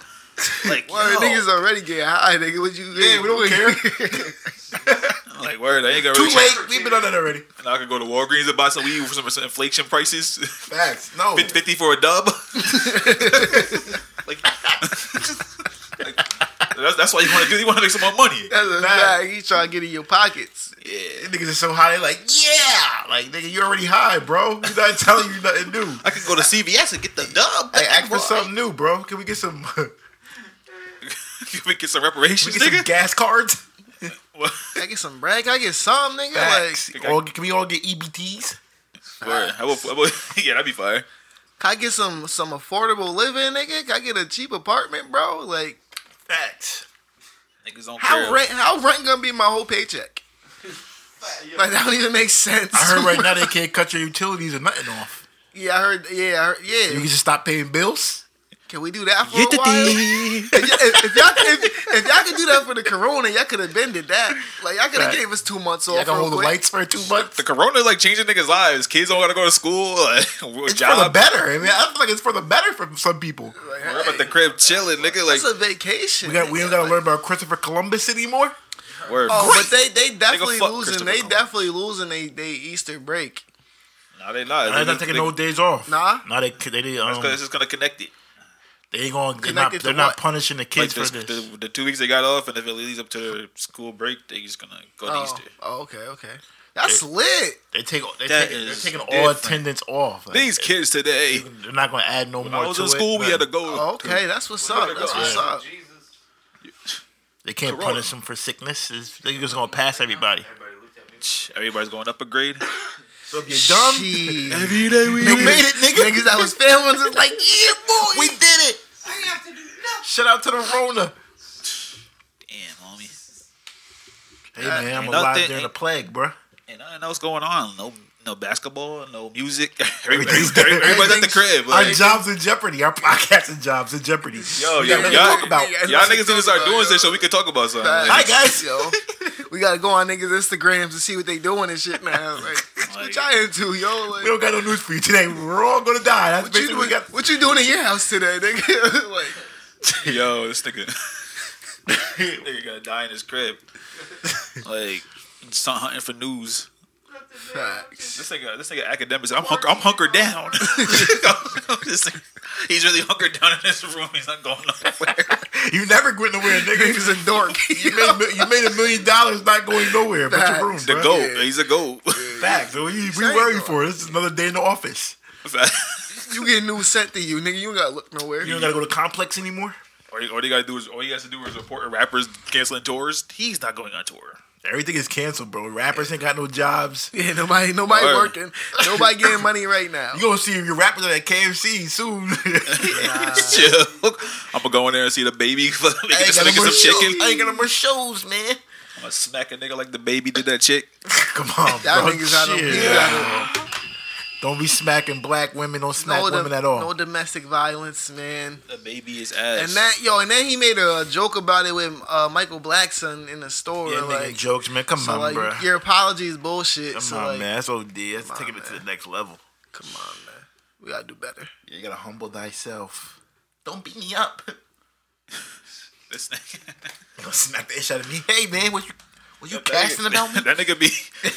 [SPEAKER 1] Like,
[SPEAKER 2] Well,
[SPEAKER 1] yo.
[SPEAKER 2] niggas already get high, nigga. What you
[SPEAKER 3] Yeah, we don't
[SPEAKER 2] [LAUGHS] care.
[SPEAKER 1] I'm like word, I ain't gonna
[SPEAKER 3] Too
[SPEAKER 1] really
[SPEAKER 3] late. We've been on that already.
[SPEAKER 1] And I could go to Walgreens and buy some weed for some, some inflation prices, [LAUGHS]
[SPEAKER 3] Facts. [LAUGHS] No.
[SPEAKER 1] Fif- fifty for a [LAUGHS] dub. like, like, that's, that's why you want to do. You want to make some more money.
[SPEAKER 2] That's a
[SPEAKER 3] Nah.
[SPEAKER 2] fact. He trying to get in your pockets.
[SPEAKER 1] Yeah.
[SPEAKER 3] Niggas are so high, they like, yeah, like nigga, you already high, bro. We're not [LAUGHS] telling you nothing new.
[SPEAKER 1] I could go to CVS and get the dub.
[SPEAKER 3] Hey, ask for
[SPEAKER 1] Boy.
[SPEAKER 3] something new, bro. Can we get some? [LAUGHS] Can
[SPEAKER 1] Can [LAUGHS] we get some
[SPEAKER 3] we
[SPEAKER 1] reparations,
[SPEAKER 3] get some
[SPEAKER 1] nigga?
[SPEAKER 3] gas cards?
[SPEAKER 1] What?
[SPEAKER 2] Can I get some bread? Can I get some, nigga?
[SPEAKER 3] Facts.
[SPEAKER 2] [LAUGHS] Like,
[SPEAKER 3] Or can we all get E EBTs?
[SPEAKER 1] Word. I will, I will- [LAUGHS] yeah, that'd be fire.
[SPEAKER 2] can I get some some affordable living, nigga? Can I get a cheap apartment, bro? Like,
[SPEAKER 3] Facts.
[SPEAKER 1] Niggas don't
[SPEAKER 2] how
[SPEAKER 1] care.
[SPEAKER 2] rent? How rent gonna be my whole paycheck? Like, that don't even make sense.
[SPEAKER 3] I heard
[SPEAKER 2] [LAUGHS]
[SPEAKER 3] right now they can't cut your utilities or nothing off.
[SPEAKER 2] yeah, I heard. Yeah, I heard, yeah.
[SPEAKER 3] You can just stop paying bills.
[SPEAKER 2] Can we do that for
[SPEAKER 1] Get
[SPEAKER 2] a
[SPEAKER 1] the
[SPEAKER 2] while?
[SPEAKER 1] D.
[SPEAKER 2] [LAUGHS] if, y- if, if y'all if, if y'all could do that for the corona, y'all could have bended that. Like y'all could have
[SPEAKER 3] Right.
[SPEAKER 2] gave us two months off.
[SPEAKER 3] I can
[SPEAKER 2] real
[SPEAKER 3] hold the
[SPEAKER 2] quick.
[SPEAKER 3] lights for two months.
[SPEAKER 1] [LAUGHS] The corona is like changing niggas' lives. Kids don't gotta go to school. [LAUGHS] Like,
[SPEAKER 3] It's for the
[SPEAKER 1] job.
[SPEAKER 3] better. I mean, I feel like it's for the better for some people.
[SPEAKER 2] Like,
[SPEAKER 1] We're up
[SPEAKER 2] hey,
[SPEAKER 1] at the crib chilling, nigga. Like,
[SPEAKER 2] It's a vacation.
[SPEAKER 3] We got we don't gotta learn about Christopher Columbus anymore.
[SPEAKER 1] word.
[SPEAKER 2] Oh, but they they definitely
[SPEAKER 1] fuck
[SPEAKER 2] losing.
[SPEAKER 1] Christopher
[SPEAKER 2] They
[SPEAKER 1] Columbus.
[SPEAKER 2] definitely losing. They they Easter break.
[SPEAKER 1] nah, they not.
[SPEAKER 3] They're
[SPEAKER 1] They-
[SPEAKER 3] not taking
[SPEAKER 1] they-
[SPEAKER 3] no days off.
[SPEAKER 2] Nah?
[SPEAKER 3] nah, they they, they um,
[SPEAKER 1] It's gonna- it's just gonna connect it.
[SPEAKER 3] they ain't gonna they're not,
[SPEAKER 2] Connected to
[SPEAKER 3] they're not
[SPEAKER 2] what?
[SPEAKER 3] punishing the
[SPEAKER 1] Like
[SPEAKER 3] kids
[SPEAKER 1] this,
[SPEAKER 3] for this.
[SPEAKER 1] the, the two weeks they got off, and if it leads up to the school break, they just gonna go to
[SPEAKER 2] Oh,
[SPEAKER 1] Easter.
[SPEAKER 2] oh, okay, okay. That's lit.
[SPEAKER 3] They take they
[SPEAKER 1] That
[SPEAKER 3] take, they're
[SPEAKER 1] is
[SPEAKER 3] taking all
[SPEAKER 1] different.
[SPEAKER 3] attendance off. Like,
[SPEAKER 1] These kids today.
[SPEAKER 3] they're not gonna add no
[SPEAKER 1] When
[SPEAKER 3] more
[SPEAKER 1] I was
[SPEAKER 3] to
[SPEAKER 1] in
[SPEAKER 3] it.
[SPEAKER 1] school, we had to go.
[SPEAKER 2] Oh, okay, that's what's up. That's what's
[SPEAKER 3] Yeah.
[SPEAKER 2] up.
[SPEAKER 4] Jesus.
[SPEAKER 3] They can't
[SPEAKER 1] Corona.
[SPEAKER 3] punish them for sickness. It's- They're just gonna pass [LAUGHS] everybody.
[SPEAKER 4] Everybody looked at me.
[SPEAKER 1] to- Everybody's going up a grade.
[SPEAKER 3] So if you're dumb,
[SPEAKER 2] Jeez.
[SPEAKER 1] Every day we
[SPEAKER 3] [LAUGHS] you made it, nigga.
[SPEAKER 2] Niggas that was
[SPEAKER 3] [LAUGHS]
[SPEAKER 2] fan ones is like, yeah, boy.
[SPEAKER 3] We did it.
[SPEAKER 4] I didn't have to do nothing.
[SPEAKER 3] Shout out to the Rona.
[SPEAKER 1] Damn, homie.
[SPEAKER 3] Hey man, I'm
[SPEAKER 1] ain't
[SPEAKER 3] alive
[SPEAKER 1] nothing-
[SPEAKER 3] during the plague, bruh.
[SPEAKER 1] And nothing else going on. No, no basketball. No music. [LAUGHS] Everybody's, everybody's at the crib.
[SPEAKER 3] Our
[SPEAKER 1] Like,
[SPEAKER 3] jobs in jeopardy. Our [LAUGHS] podcast and jobs in jeopardy.
[SPEAKER 1] yo,
[SPEAKER 3] We got
[SPEAKER 1] yo,
[SPEAKER 3] nothing
[SPEAKER 1] y'all,
[SPEAKER 3] to talk about.
[SPEAKER 2] Yeah,
[SPEAKER 1] y'all
[SPEAKER 2] nothing to
[SPEAKER 1] niggas need to
[SPEAKER 2] talk
[SPEAKER 1] start
[SPEAKER 2] about,
[SPEAKER 1] doing
[SPEAKER 2] yo.
[SPEAKER 1] this so we can talk about something.
[SPEAKER 2] Facts.
[SPEAKER 3] Hi guys.
[SPEAKER 2] yo. We gotta go on niggas' Instagrams and see what they doing and shit now. Like, what
[SPEAKER 1] [LAUGHS] Like-
[SPEAKER 2] y'all into, yo? Like,
[SPEAKER 3] We don't got no news for you today. We're all gonna die. That's
[SPEAKER 2] what you,
[SPEAKER 3] basically what
[SPEAKER 2] doing,
[SPEAKER 3] we got.
[SPEAKER 2] what you doing in your house today, nigga? [LAUGHS] like,
[SPEAKER 1] Yo, this nigga. [LAUGHS] nigga gonna die in his [LAUGHS] crib. Like, just hunting for news.
[SPEAKER 2] facts.
[SPEAKER 1] This nigga, this nigga academics. I'm hunk- I'm hunkered down. [LAUGHS] This nigga- he's really hunkered down in his room. He's not going nowhere.
[SPEAKER 3] You never went nowhere, nigga.
[SPEAKER 2] Niggas a dork. [LAUGHS]
[SPEAKER 3] You made, a mil- you made a million dollars not going nowhere, but
[SPEAKER 2] Facts.
[SPEAKER 3] your room,
[SPEAKER 1] The
[SPEAKER 3] bruh.
[SPEAKER 1] goat. He's a goat.
[SPEAKER 3] Facts. So What you, what you
[SPEAKER 2] Same
[SPEAKER 3] worried
[SPEAKER 2] goat.
[SPEAKER 3] for? This is another day in the office.
[SPEAKER 2] you get news sent to you, nigga. You don't gotta look nowhere.
[SPEAKER 3] You don't gotta go to complex anymore.
[SPEAKER 1] [LAUGHS] all, you, all you gotta do is all you guys to do is report rappers canceling tours. He's not going on tour.
[SPEAKER 3] Everything is canceled, bro. Rappers ain't got no jobs.
[SPEAKER 2] yeah, nobody, nobody
[SPEAKER 1] Word.
[SPEAKER 2] working, nobody getting money right now.
[SPEAKER 3] [LAUGHS] You gonna see your rappers at KFC soon.
[SPEAKER 1] [LAUGHS] Chill. I'm gonna go in there and see the baby. [LAUGHS] Make this nigga some chicken.
[SPEAKER 3] I ain't got no more shows, man.
[SPEAKER 1] I'm gonna smack a nigga like the baby did that chick.
[SPEAKER 3] [LAUGHS] Come on,
[SPEAKER 2] That
[SPEAKER 3] bro.
[SPEAKER 2] nigga's out of,
[SPEAKER 3] Shit.
[SPEAKER 2] he's out of
[SPEAKER 3] Don't be smacking black women. Don't smack
[SPEAKER 2] no,
[SPEAKER 3] women
[SPEAKER 2] dom-
[SPEAKER 3] at all.
[SPEAKER 2] no domestic violence, man.
[SPEAKER 1] The baby is ass.
[SPEAKER 2] And that, yo, and then he made a joke about it with uh, Michael Blackson in the store.
[SPEAKER 3] yeah, making
[SPEAKER 2] like,
[SPEAKER 3] jokes, man. Come
[SPEAKER 2] so
[SPEAKER 3] on,
[SPEAKER 2] like,
[SPEAKER 3] bro.
[SPEAKER 2] your apology is bullshit.
[SPEAKER 3] Come
[SPEAKER 2] so
[SPEAKER 3] on,
[SPEAKER 2] like,
[SPEAKER 3] man. That's OD. That's
[SPEAKER 2] on,
[SPEAKER 3] taking it to the
[SPEAKER 2] man.
[SPEAKER 3] next level.
[SPEAKER 2] Come on, man. We gotta do better.
[SPEAKER 3] You gotta humble thyself. Don't beat me up. [LAUGHS]
[SPEAKER 1] This nigga. [LAUGHS]
[SPEAKER 3] Don't smack the ish out of me. Hey, man,
[SPEAKER 2] [LAUGHS]
[SPEAKER 3] what you what you
[SPEAKER 1] That
[SPEAKER 3] casting [LAUGHS]
[SPEAKER 1] nigga-
[SPEAKER 3] about me?
[SPEAKER 1] [LAUGHS] That nigga be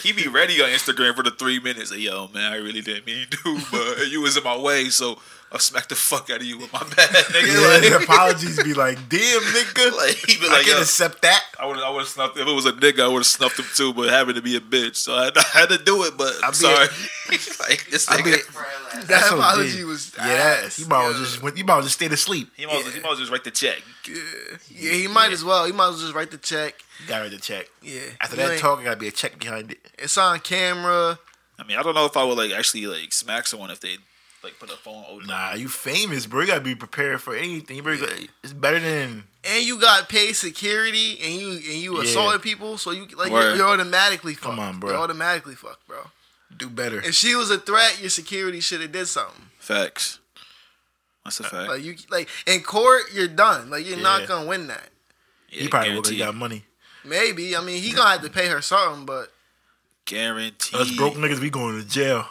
[SPEAKER 1] he be ready on Instagram for the three minutes. Like, Yo, man, I really didn't mean to, [LAUGHS] but you was in my way, so I'll smack the fuck out of you with my [LAUGHS] bad,
[SPEAKER 3] Yeah,
[SPEAKER 1] nigga.
[SPEAKER 3] the
[SPEAKER 1] Like,
[SPEAKER 3] apologies be like, [LAUGHS] damn, nigga.
[SPEAKER 1] [LAUGHS] like, he be
[SPEAKER 3] I
[SPEAKER 1] like,
[SPEAKER 3] can
[SPEAKER 1] yo,
[SPEAKER 3] accept that.
[SPEAKER 1] I would I would have snuffed if it was a nigga, I would have snuffed him too, but having to be a bitch, so I, I had to [LAUGHS] do it. But I'm
[SPEAKER 3] be- [LAUGHS]
[SPEAKER 1] sorry, [LAUGHS] like this
[SPEAKER 3] I
[SPEAKER 1] nigga.
[SPEAKER 3] be-
[SPEAKER 4] Right last.
[SPEAKER 2] That
[SPEAKER 3] That's what it
[SPEAKER 2] apology
[SPEAKER 3] did.
[SPEAKER 2] was
[SPEAKER 3] Yes.
[SPEAKER 2] ass.
[SPEAKER 3] You might as well
[SPEAKER 2] Yeah.
[SPEAKER 3] just went- you might as well just stay to sleep.
[SPEAKER 1] He might, as well- he might as well just write the check.
[SPEAKER 2] yeah. he might as well. He might as well just write the check.
[SPEAKER 3] You gotta write the check.
[SPEAKER 2] Yeah.
[SPEAKER 3] After
[SPEAKER 2] You
[SPEAKER 3] that
[SPEAKER 2] ain't-
[SPEAKER 3] talk, I gotta be a check behind it.
[SPEAKER 2] it's on camera.
[SPEAKER 1] I mean, I don't know if I would like actually like smack someone if they like put a phone. over them.
[SPEAKER 3] Nah, you famous, bro. You gotta be prepared for anything. You better go, it's better than
[SPEAKER 2] And you got paid security, and you and you
[SPEAKER 3] Yeah.
[SPEAKER 2] assaulted people, so you like you're,
[SPEAKER 1] Word.
[SPEAKER 2] you're automatically fucked.
[SPEAKER 3] Come on, bro.
[SPEAKER 2] You're automatically fucked, bro.
[SPEAKER 3] do better.
[SPEAKER 2] If she was a threat, your security should have did something.
[SPEAKER 1] Facts. That's
[SPEAKER 3] Uh,
[SPEAKER 1] a fact.
[SPEAKER 2] Like you, like in court, you're done. Like you're
[SPEAKER 3] Yeah.
[SPEAKER 2] not gonna win that.
[SPEAKER 1] yeah,
[SPEAKER 3] He probably would have
[SPEAKER 1] guaranteed.
[SPEAKER 3] got money.
[SPEAKER 2] Maybe I mean he gonna have to pay her something, but
[SPEAKER 1] Guaranteed.
[SPEAKER 3] Us broke niggas, we going to jail.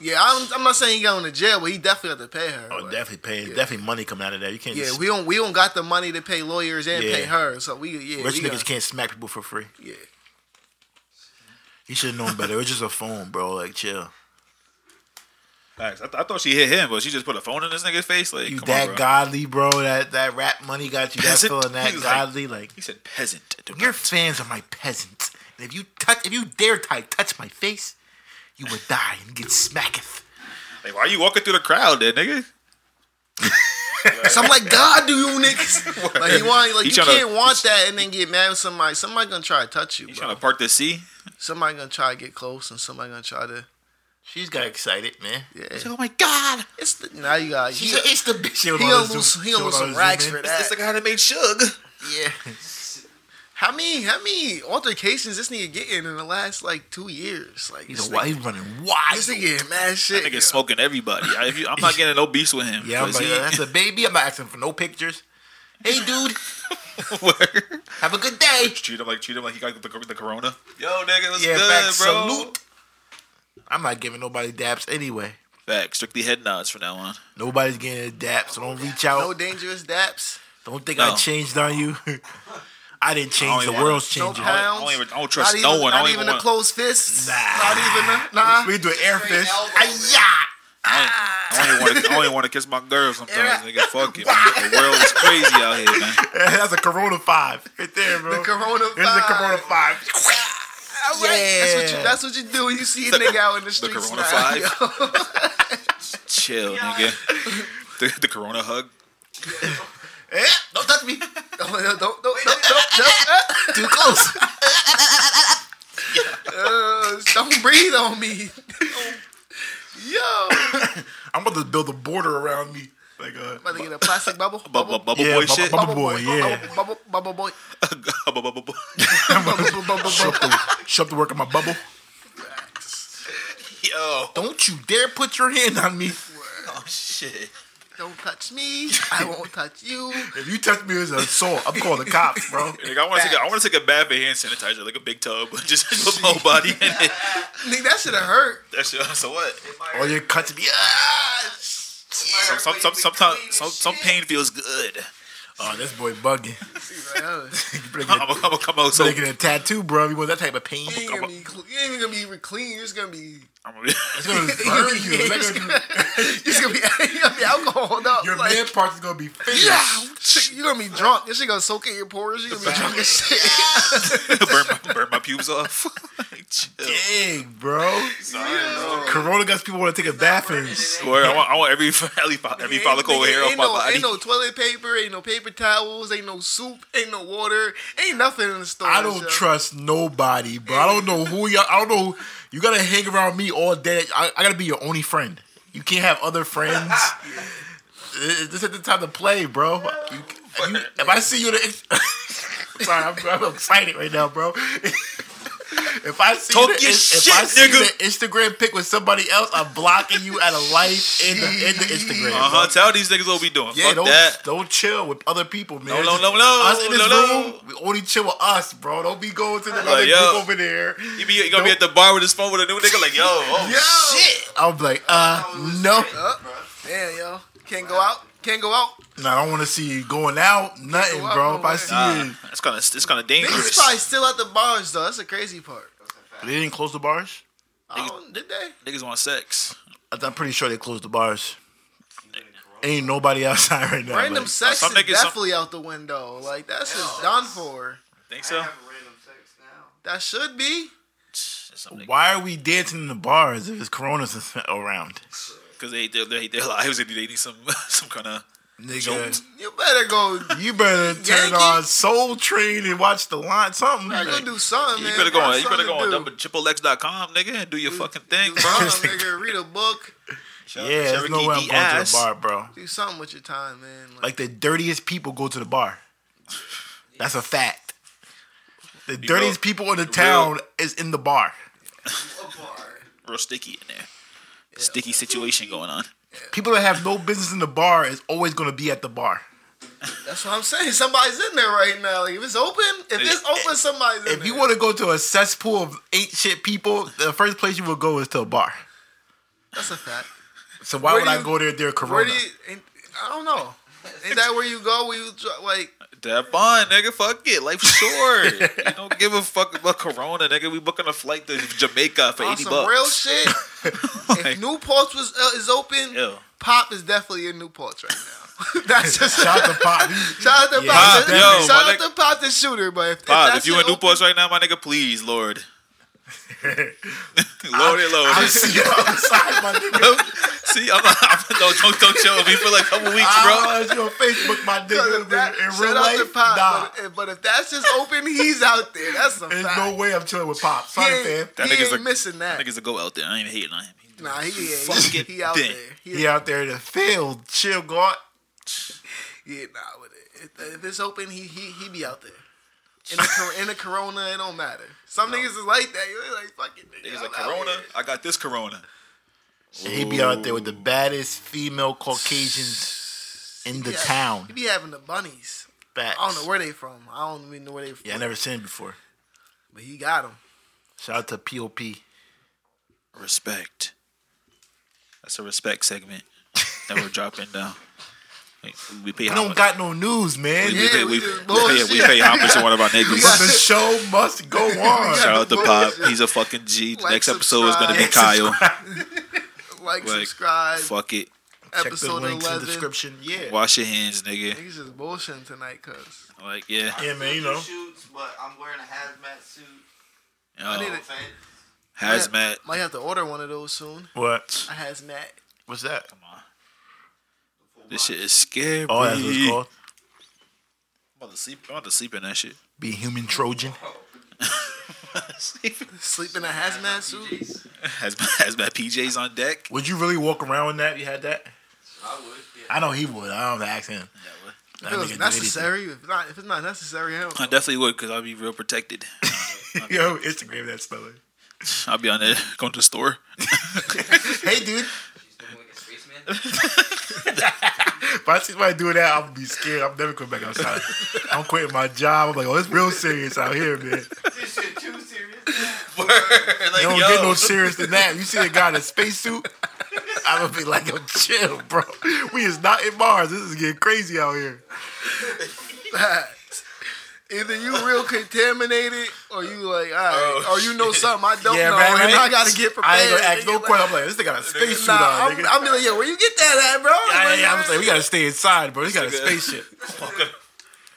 [SPEAKER 2] yeah, I'm, I'm not saying he going to jail, but he definitely have to pay her.
[SPEAKER 3] Oh,
[SPEAKER 2] Like,
[SPEAKER 3] definitely paying. Definitely money coming out of that. You can't.
[SPEAKER 2] Yeah,
[SPEAKER 3] just,
[SPEAKER 2] we don't we don't got the money to pay lawyers and
[SPEAKER 3] Yeah.
[SPEAKER 2] pay her, so we yeah
[SPEAKER 3] rich
[SPEAKER 2] we
[SPEAKER 3] niggas
[SPEAKER 2] gonna-
[SPEAKER 3] can't smack people for free.
[SPEAKER 2] yeah.
[SPEAKER 3] You should have known better. It was just a phone, bro. Like chill.
[SPEAKER 1] Facts. I, th- I thought she hit him, but she just put a phone in this nigga's face. Like,
[SPEAKER 3] You
[SPEAKER 1] come on,
[SPEAKER 3] that
[SPEAKER 1] bro.
[SPEAKER 3] godly, bro. That that rap money got you that
[SPEAKER 1] Peasant?
[SPEAKER 3] feeling. That
[SPEAKER 1] He was like-
[SPEAKER 3] godly, like
[SPEAKER 1] He said peasant. Do
[SPEAKER 3] your
[SPEAKER 1] not-
[SPEAKER 3] fans are my peasants, And if you touch, if you dare t- touch my face, you will die and get smacketh.
[SPEAKER 1] Like, why you walking through the crowd there, nigga?
[SPEAKER 2] So I'm like, God, do you
[SPEAKER 1] [LAUGHS]
[SPEAKER 2] niggas? Like, he want, like
[SPEAKER 1] He
[SPEAKER 2] you
[SPEAKER 1] tryna-
[SPEAKER 2] can't want that and then get mad with somebody. Somebody gonna try to touch you,
[SPEAKER 1] You
[SPEAKER 2] bro.
[SPEAKER 1] trying to park the sea?
[SPEAKER 2] Somebody gonna try to get close and somebody gonna try to.
[SPEAKER 3] She's got excited, man. She's
[SPEAKER 2] Yeah,
[SPEAKER 3] like, oh my god!
[SPEAKER 2] it's the, now you got.
[SPEAKER 3] She's
[SPEAKER 2] He,
[SPEAKER 3] like, it's the bitch. [LAUGHS] He
[SPEAKER 2] gonna lose. He gonna lose some racks for
[SPEAKER 1] It's
[SPEAKER 2] that.
[SPEAKER 1] the guy that made Shug.
[SPEAKER 2] Yeah. How many how many altercations this nigga getting in the last like two years? Like
[SPEAKER 3] He's
[SPEAKER 2] this
[SPEAKER 3] a wild.
[SPEAKER 2] nigga,
[SPEAKER 3] He's running wild.
[SPEAKER 2] this nigga getting mad shit.
[SPEAKER 1] Nigga smoking everybody. I, if you, I'm not getting no beefs with him.
[SPEAKER 3] Yeah, I'm
[SPEAKER 1] 'cause
[SPEAKER 3] like,
[SPEAKER 1] he-
[SPEAKER 3] "Yeah, that's a baby. I'm not asking for no pictures. Hey, dude,
[SPEAKER 1] Word.
[SPEAKER 3] have a good day.
[SPEAKER 1] [LAUGHS] treat him like treat him like he got the, the corona. Yo, nigga, what's
[SPEAKER 3] Yeah,
[SPEAKER 1] good,
[SPEAKER 3] facts.
[SPEAKER 1] bro?
[SPEAKER 3] Salute. I'm not giving nobody daps anyway.
[SPEAKER 1] Facts. Strictly head nods from now on.
[SPEAKER 3] Nobody's getting a dap, so don't reach
[SPEAKER 2] No
[SPEAKER 3] out.
[SPEAKER 2] dangerous daps.
[SPEAKER 3] Don't think I
[SPEAKER 1] No.
[SPEAKER 3] changed on you. [LAUGHS] I didn't change.
[SPEAKER 1] don't
[SPEAKER 3] The
[SPEAKER 1] even-
[SPEAKER 3] world's
[SPEAKER 2] No
[SPEAKER 3] changing.
[SPEAKER 1] I
[SPEAKER 2] pounds.
[SPEAKER 1] don't even- I don't trust
[SPEAKER 2] not
[SPEAKER 1] no
[SPEAKER 2] even,
[SPEAKER 1] one. I
[SPEAKER 2] Not
[SPEAKER 1] don't
[SPEAKER 2] even
[SPEAKER 1] even
[SPEAKER 2] the
[SPEAKER 1] want-
[SPEAKER 2] close fists.
[SPEAKER 3] Nah.
[SPEAKER 2] Not even. the-
[SPEAKER 3] [LAUGHS]
[SPEAKER 2] Nah.
[SPEAKER 3] We do an air fist.
[SPEAKER 4] elbow,
[SPEAKER 3] Ayah!
[SPEAKER 1] I only want to I only want to kiss my girl sometimes, nigga. Fuck it. man. The world is crazy out here, man.
[SPEAKER 3] That's a Corona five right there, bro.
[SPEAKER 2] The Corona.
[SPEAKER 3] There's a Corona five.
[SPEAKER 2] All right. That's what
[SPEAKER 3] Yeah.
[SPEAKER 2] you. That's what you do when you see a nigga out in the
[SPEAKER 1] The
[SPEAKER 2] streets.
[SPEAKER 1] Corona
[SPEAKER 2] now, [LAUGHS]
[SPEAKER 1] Five.
[SPEAKER 2] yo.
[SPEAKER 1] Chill, nigga. The, the Corona hug.
[SPEAKER 3] Eh, don't touch me.
[SPEAKER 2] Don't don't don't don't don't. don't.
[SPEAKER 3] Too close.
[SPEAKER 2] Uh, don't breathe on me. Yo.
[SPEAKER 3] I'm about to build a border around me. Like [LAUGHS] uh,
[SPEAKER 2] I'm about to get a plastic bubble.
[SPEAKER 1] Bubble, bubble
[SPEAKER 3] Yeah,
[SPEAKER 1] boy
[SPEAKER 3] bubble-
[SPEAKER 1] shit.
[SPEAKER 3] bubble boy, yeah.
[SPEAKER 2] Bubble, bubble boy.
[SPEAKER 1] Bubble, bubble boy.
[SPEAKER 3] [LAUGHS]
[SPEAKER 2] Bubble, bubble boy.
[SPEAKER 3] shut the, [LAUGHS] shut the work on my bubble.
[SPEAKER 1] [LAUGHS] Yo.
[SPEAKER 3] Don't you dare put your hand on me.
[SPEAKER 1] Oh shit.
[SPEAKER 2] Don't touch me. I won't touch you.
[SPEAKER 3] If you touch me as an assault, I'm calling the cops, bro.
[SPEAKER 1] Nigga, I want to take a, I want to take a bath with hand sanitizer, like a big tub, [LAUGHS] but just put my whole body in it.
[SPEAKER 2] Nigga, that should have hurt.
[SPEAKER 1] That's so what.
[SPEAKER 3] All your cuts be ah.
[SPEAKER 1] Some some some sometimes some, some pain feels good.
[SPEAKER 3] Oh, this boy bugging.
[SPEAKER 2] Yo,
[SPEAKER 3] You better get,
[SPEAKER 1] I'm gonna I'm gonna come out so
[SPEAKER 3] better get a tattoo, bro. You want that type of pain?
[SPEAKER 2] You ain't gonna be, cl- you ain't gonna be clean. You're just gonna be.
[SPEAKER 1] I'm gonna [LAUGHS]
[SPEAKER 3] It's
[SPEAKER 2] [LAUGHS]
[SPEAKER 3] gonna burn you.
[SPEAKER 2] You're
[SPEAKER 3] It's
[SPEAKER 2] just
[SPEAKER 3] gonna-
[SPEAKER 2] gonna [LAUGHS] you're just gonna be, [LAUGHS] you're gonna be alcoholed up.
[SPEAKER 3] Your
[SPEAKER 2] like,
[SPEAKER 3] man parts is gonna be finished.
[SPEAKER 2] yeah, shit, you're gonna be drunk. This shit gonna soak in your pores. You're gonna be drunk as shit.
[SPEAKER 1] burn my, burn my pubes off. [LAUGHS] Like, chill.
[SPEAKER 3] Dang, bro.
[SPEAKER 1] Sorry,
[SPEAKER 3] Corona guts people want to take a bath in.
[SPEAKER 1] bro. Word, I want I want every [LAUGHS] every, fo- every
[SPEAKER 2] Ain't-
[SPEAKER 1] follicle
[SPEAKER 2] nigga,
[SPEAKER 1] hair
[SPEAKER 2] ain't
[SPEAKER 1] off my
[SPEAKER 2] no,
[SPEAKER 1] body.
[SPEAKER 2] Ain't no toilet paper. Ain't no paper towels. Ain't no soup. Ain't no water. Ain't nothing in the store.
[SPEAKER 3] I don't
[SPEAKER 2] yo.
[SPEAKER 3] trust nobody, bro. I don't know who y'all. I don't know. You gotta hang around me all day. I, I gotta be your only friend. You can't have other
[SPEAKER 1] [LAUGHS]
[SPEAKER 3] friends. Eh, This is the time to play, bro. You, you, if I see you, in the, [LAUGHS] sorry, I'm, I'm excited right now, bro. [LAUGHS] If I see
[SPEAKER 1] Talk
[SPEAKER 3] you the,
[SPEAKER 1] your
[SPEAKER 3] if I
[SPEAKER 1] shit,
[SPEAKER 3] see
[SPEAKER 1] nigga.
[SPEAKER 3] the Instagram pic with somebody else, I'm blocking you out of life in the, in the Instagram.
[SPEAKER 1] Uh
[SPEAKER 3] bro.
[SPEAKER 1] huh. Tell these niggas what we doing.
[SPEAKER 3] Yeah,
[SPEAKER 1] Fuck
[SPEAKER 3] don't
[SPEAKER 1] that.
[SPEAKER 3] don't chill with other people, man.
[SPEAKER 1] No, no,
[SPEAKER 3] Just
[SPEAKER 1] no, no,
[SPEAKER 3] Us in this
[SPEAKER 1] no, no.
[SPEAKER 3] room, we only chill with us, bro. Don't be going to the other
[SPEAKER 1] yo.
[SPEAKER 3] group over there.
[SPEAKER 1] You be you gonna be at the bar with his phone with a new nigga like yo. Oh,
[SPEAKER 2] Yo, shit.
[SPEAKER 3] I'll be like, uh, no,
[SPEAKER 2] Damn, yo, can't go out. Can't go out.
[SPEAKER 3] no, I don't want to see you going out, nothing,
[SPEAKER 2] Go out,
[SPEAKER 3] bro.
[SPEAKER 2] go
[SPEAKER 3] If I
[SPEAKER 2] out.
[SPEAKER 3] see
[SPEAKER 1] Nah, it's kind of it's kind of
[SPEAKER 2] Niggas
[SPEAKER 1] dangerous.
[SPEAKER 2] probably still at the bars though. That's the crazy part.
[SPEAKER 3] you, they didn't close the bars.
[SPEAKER 2] I don't, did they?
[SPEAKER 1] Niggas want sex.
[SPEAKER 3] I- I'm pretty sure they closed the bars. Ain't nobody [LAUGHS] outside right now.
[SPEAKER 2] Random
[SPEAKER 3] like-
[SPEAKER 2] sex
[SPEAKER 1] some
[SPEAKER 2] is
[SPEAKER 1] niggas- some-
[SPEAKER 2] definitely out the window. Like that's just done for.
[SPEAKER 1] Think
[SPEAKER 4] I
[SPEAKER 1] so?
[SPEAKER 4] have random sex now.
[SPEAKER 2] That should be.
[SPEAKER 3] why are we dancing in the bars if there's coronas around?
[SPEAKER 1] Because they they they their lives and they need some [LAUGHS] some kind of
[SPEAKER 3] Nigga,
[SPEAKER 2] You better go.
[SPEAKER 3] you better turn
[SPEAKER 2] Yankee?
[SPEAKER 3] on Soul Train and watch the line. Something.
[SPEAKER 2] You
[SPEAKER 3] like-
[SPEAKER 2] go do something,
[SPEAKER 1] You
[SPEAKER 2] man.
[SPEAKER 1] better go
[SPEAKER 2] Find
[SPEAKER 1] on. You better go on
[SPEAKER 2] something to
[SPEAKER 1] double- triplex.com, nigga, and do your fucking thing,
[SPEAKER 2] Do Do
[SPEAKER 1] bro.
[SPEAKER 2] something, nigga. Read a book.
[SPEAKER 1] Shout out
[SPEAKER 3] Yeah,
[SPEAKER 1] to
[SPEAKER 3] there's no way I'm going
[SPEAKER 1] ass.
[SPEAKER 3] to the bar, bro.
[SPEAKER 2] Do something with your time, man. Like,
[SPEAKER 3] Like the dirtiest people go to the bar. That's a fact. The dirtiest people in the town is in the bar.
[SPEAKER 1] Real sticky in there. Sticky situation going on.
[SPEAKER 3] People that have no business in the bar is always going to be at the bar.
[SPEAKER 2] that's what I'm saying. Somebody's in there right now. Like if it's open, if it's open, somebody's in
[SPEAKER 3] If you
[SPEAKER 2] there.
[SPEAKER 3] want to go to a cesspool of eight shit people, the first place you will go is to a bar.
[SPEAKER 2] that's a fact.
[SPEAKER 3] So why
[SPEAKER 2] Where
[SPEAKER 3] would
[SPEAKER 2] do
[SPEAKER 3] I
[SPEAKER 2] you-
[SPEAKER 3] go there during
[SPEAKER 2] Where
[SPEAKER 3] Corona?
[SPEAKER 2] do you? ain't- I don't know. Ain't that where you go? Where you dr- like?
[SPEAKER 1] To have fun, nigga. Fuck it. Life's short.
[SPEAKER 3] [LAUGHS]
[SPEAKER 1] you don't give a fuck about Corona, nigga. We booking a flight to Jamaica for
[SPEAKER 2] on
[SPEAKER 1] eighty
[SPEAKER 2] some
[SPEAKER 1] bucks.
[SPEAKER 2] real
[SPEAKER 1] [LAUGHS]
[SPEAKER 2] shit.
[SPEAKER 1] Like,
[SPEAKER 2] if Newport's was uh, is open,
[SPEAKER 1] Yo,
[SPEAKER 2] Pop is definitely in Newport's right now. [LAUGHS] That's just
[SPEAKER 3] Shout out to
[SPEAKER 2] [LAUGHS]
[SPEAKER 3] Pop. He-
[SPEAKER 2] Shout out to
[SPEAKER 3] Yeah,
[SPEAKER 2] Pop.
[SPEAKER 1] Pop, yo,
[SPEAKER 2] shout
[SPEAKER 1] my
[SPEAKER 2] out to Pop the shooter, but if,
[SPEAKER 1] Pod,
[SPEAKER 2] that's
[SPEAKER 1] if you in
[SPEAKER 2] your open-
[SPEAKER 1] Newports right now, my nigga,
[SPEAKER 3] [LAUGHS]
[SPEAKER 1] please, Lord. Lord it,
[SPEAKER 3] I [LAUGHS]
[SPEAKER 1] Lord.
[SPEAKER 3] see you outside, my nigga.
[SPEAKER 1] [LAUGHS] See, I'm not, I'm, no, don't, don't chill with me for like a couple weeks, bro.
[SPEAKER 3] I was on Facebook, my
[SPEAKER 2] Because
[SPEAKER 3] nigga.
[SPEAKER 2] if that,
[SPEAKER 3] in
[SPEAKER 2] shout
[SPEAKER 3] real
[SPEAKER 2] out
[SPEAKER 3] life,
[SPEAKER 2] to Pop.
[SPEAKER 3] nah.
[SPEAKER 2] But, if, but if that's just open, he's out there. That's a
[SPEAKER 3] There's
[SPEAKER 2] fact.
[SPEAKER 3] no way I'm chilling with Pop.
[SPEAKER 2] he
[SPEAKER 3] Sorry, fam.
[SPEAKER 2] ain't,
[SPEAKER 1] That
[SPEAKER 2] he
[SPEAKER 1] nigga's
[SPEAKER 2] ain't
[SPEAKER 1] a-
[SPEAKER 2] missing that.
[SPEAKER 1] Niggas to go out there. I ain't hating on him.
[SPEAKER 2] Nah, he ain't.
[SPEAKER 1] Fucking
[SPEAKER 2] He out
[SPEAKER 1] dick.
[SPEAKER 2] there. He,
[SPEAKER 3] He out there in the field, chill, guard.
[SPEAKER 2] yeah, nah. With it. If, if it's open, he he he be out there. In
[SPEAKER 1] [LAUGHS]
[SPEAKER 2] the, cor- in the corona, it don't matter. Some niggas is like that. You're like fucking. nigga,
[SPEAKER 1] Niggas
[SPEAKER 2] I'm
[SPEAKER 1] like
[SPEAKER 2] out
[SPEAKER 1] Corona.
[SPEAKER 2] here.
[SPEAKER 1] I got this Corona.
[SPEAKER 3] And he be out there with the baddest female Caucasians in the
[SPEAKER 2] Yeah, He
[SPEAKER 3] town.
[SPEAKER 2] be having the bunnies.
[SPEAKER 3] Facts.
[SPEAKER 2] I don't know where they from. I don't even know where they from.
[SPEAKER 3] Yeah, I never seen it before.
[SPEAKER 2] But he got them.
[SPEAKER 3] Shout out to POP.
[SPEAKER 1] Respect. That's a respect segment that we're dropping down. We- We pay
[SPEAKER 3] We
[SPEAKER 1] homage.
[SPEAKER 3] don't got no news, man.
[SPEAKER 1] we,
[SPEAKER 2] Yeah,
[SPEAKER 3] [LAUGHS]
[SPEAKER 1] pay,
[SPEAKER 2] we
[SPEAKER 1] we,
[SPEAKER 2] just
[SPEAKER 1] we pay, we
[SPEAKER 2] bullshit.
[SPEAKER 1] pay homage to
[SPEAKER 2] [LAUGHS]
[SPEAKER 1] one of our
[SPEAKER 3] But the
[SPEAKER 1] niggas.
[SPEAKER 3] show must [LAUGHS] go
[SPEAKER 1] Shout
[SPEAKER 3] on.
[SPEAKER 1] out to Pop. He's a fucking G.
[SPEAKER 2] Like,
[SPEAKER 1] Next episode is gonna be
[SPEAKER 2] subscribe.
[SPEAKER 1] Kyle.
[SPEAKER 2] Like,
[SPEAKER 1] Like,
[SPEAKER 2] subscribe.
[SPEAKER 1] Fuck it.
[SPEAKER 3] Check the
[SPEAKER 2] Episode
[SPEAKER 3] links in the
[SPEAKER 2] eleven.
[SPEAKER 3] description. Yeah.
[SPEAKER 1] Wash your hands, nigga.
[SPEAKER 2] He's just bullshitting tonight, cuz.
[SPEAKER 1] Like yeah.
[SPEAKER 3] Yeah, man, you know.
[SPEAKER 4] Shoots, but I'm wearing a hazmat suit.
[SPEAKER 1] Yo,
[SPEAKER 2] need it.
[SPEAKER 4] Offense.
[SPEAKER 1] hazmat.
[SPEAKER 2] Might have to order one of those soon.
[SPEAKER 3] What?
[SPEAKER 2] A hazmat.
[SPEAKER 3] What's that?
[SPEAKER 1] Come on. This shit is scary.
[SPEAKER 3] Oh, that's what it's called.
[SPEAKER 1] I'm about to sleep. I'm about to sleep in that shit. [LAUGHS]
[SPEAKER 3] Be human Trojan.
[SPEAKER 2] Sleep in a hazmat suit.
[SPEAKER 1] hazmat, hazmat PJs on deck.
[SPEAKER 3] Would you really walk around in that? if You had that?
[SPEAKER 4] I would. Yeah.
[SPEAKER 3] I know he would. I don't have to ask him. That
[SPEAKER 2] If it
[SPEAKER 3] nigga do
[SPEAKER 2] was necessary. If not, if it's not necessary, hell.
[SPEAKER 1] I definitely would, cause I'd be real protected.
[SPEAKER 3] anything. [LAUGHS] Yo, Instagram that spelling.
[SPEAKER 1] I'll be on there [LAUGHS] going to the store.
[SPEAKER 3] Hey, dude.
[SPEAKER 4] She's doing like a spaceman.
[SPEAKER 3] If I see somebody doing that, I'm gonna be scared. I'm never coming back outside. I'm quitting my job. I'm like, oh, it's real serious out here, man.
[SPEAKER 4] this shit too serious.
[SPEAKER 1] Like,
[SPEAKER 3] You don't
[SPEAKER 1] yo,
[SPEAKER 3] get no serious than that. You see a guy in a spacesuit, I'm gonna be like, yo, chill, bro. We is not in Mars. This is getting crazy out here.
[SPEAKER 2] Either you real contaminated or you like, all right,
[SPEAKER 1] Oh,
[SPEAKER 2] or you know something I don't know,
[SPEAKER 3] man,
[SPEAKER 2] and
[SPEAKER 3] right?
[SPEAKER 2] I gotta get prepared.
[SPEAKER 3] I ain't gonna ask
[SPEAKER 2] nigga.
[SPEAKER 3] no
[SPEAKER 2] Like,
[SPEAKER 3] question. I'm like, this nigga got a spacesuit
[SPEAKER 2] Nah,
[SPEAKER 3] on,
[SPEAKER 2] I'm,
[SPEAKER 3] nigga.
[SPEAKER 2] I'm be like, yo, where you get that at, bro?
[SPEAKER 3] Yeah,
[SPEAKER 2] Like,
[SPEAKER 3] yeah, I'm saying we gotta stay inside, bro. He got a
[SPEAKER 1] Nigga.
[SPEAKER 3] spaceship.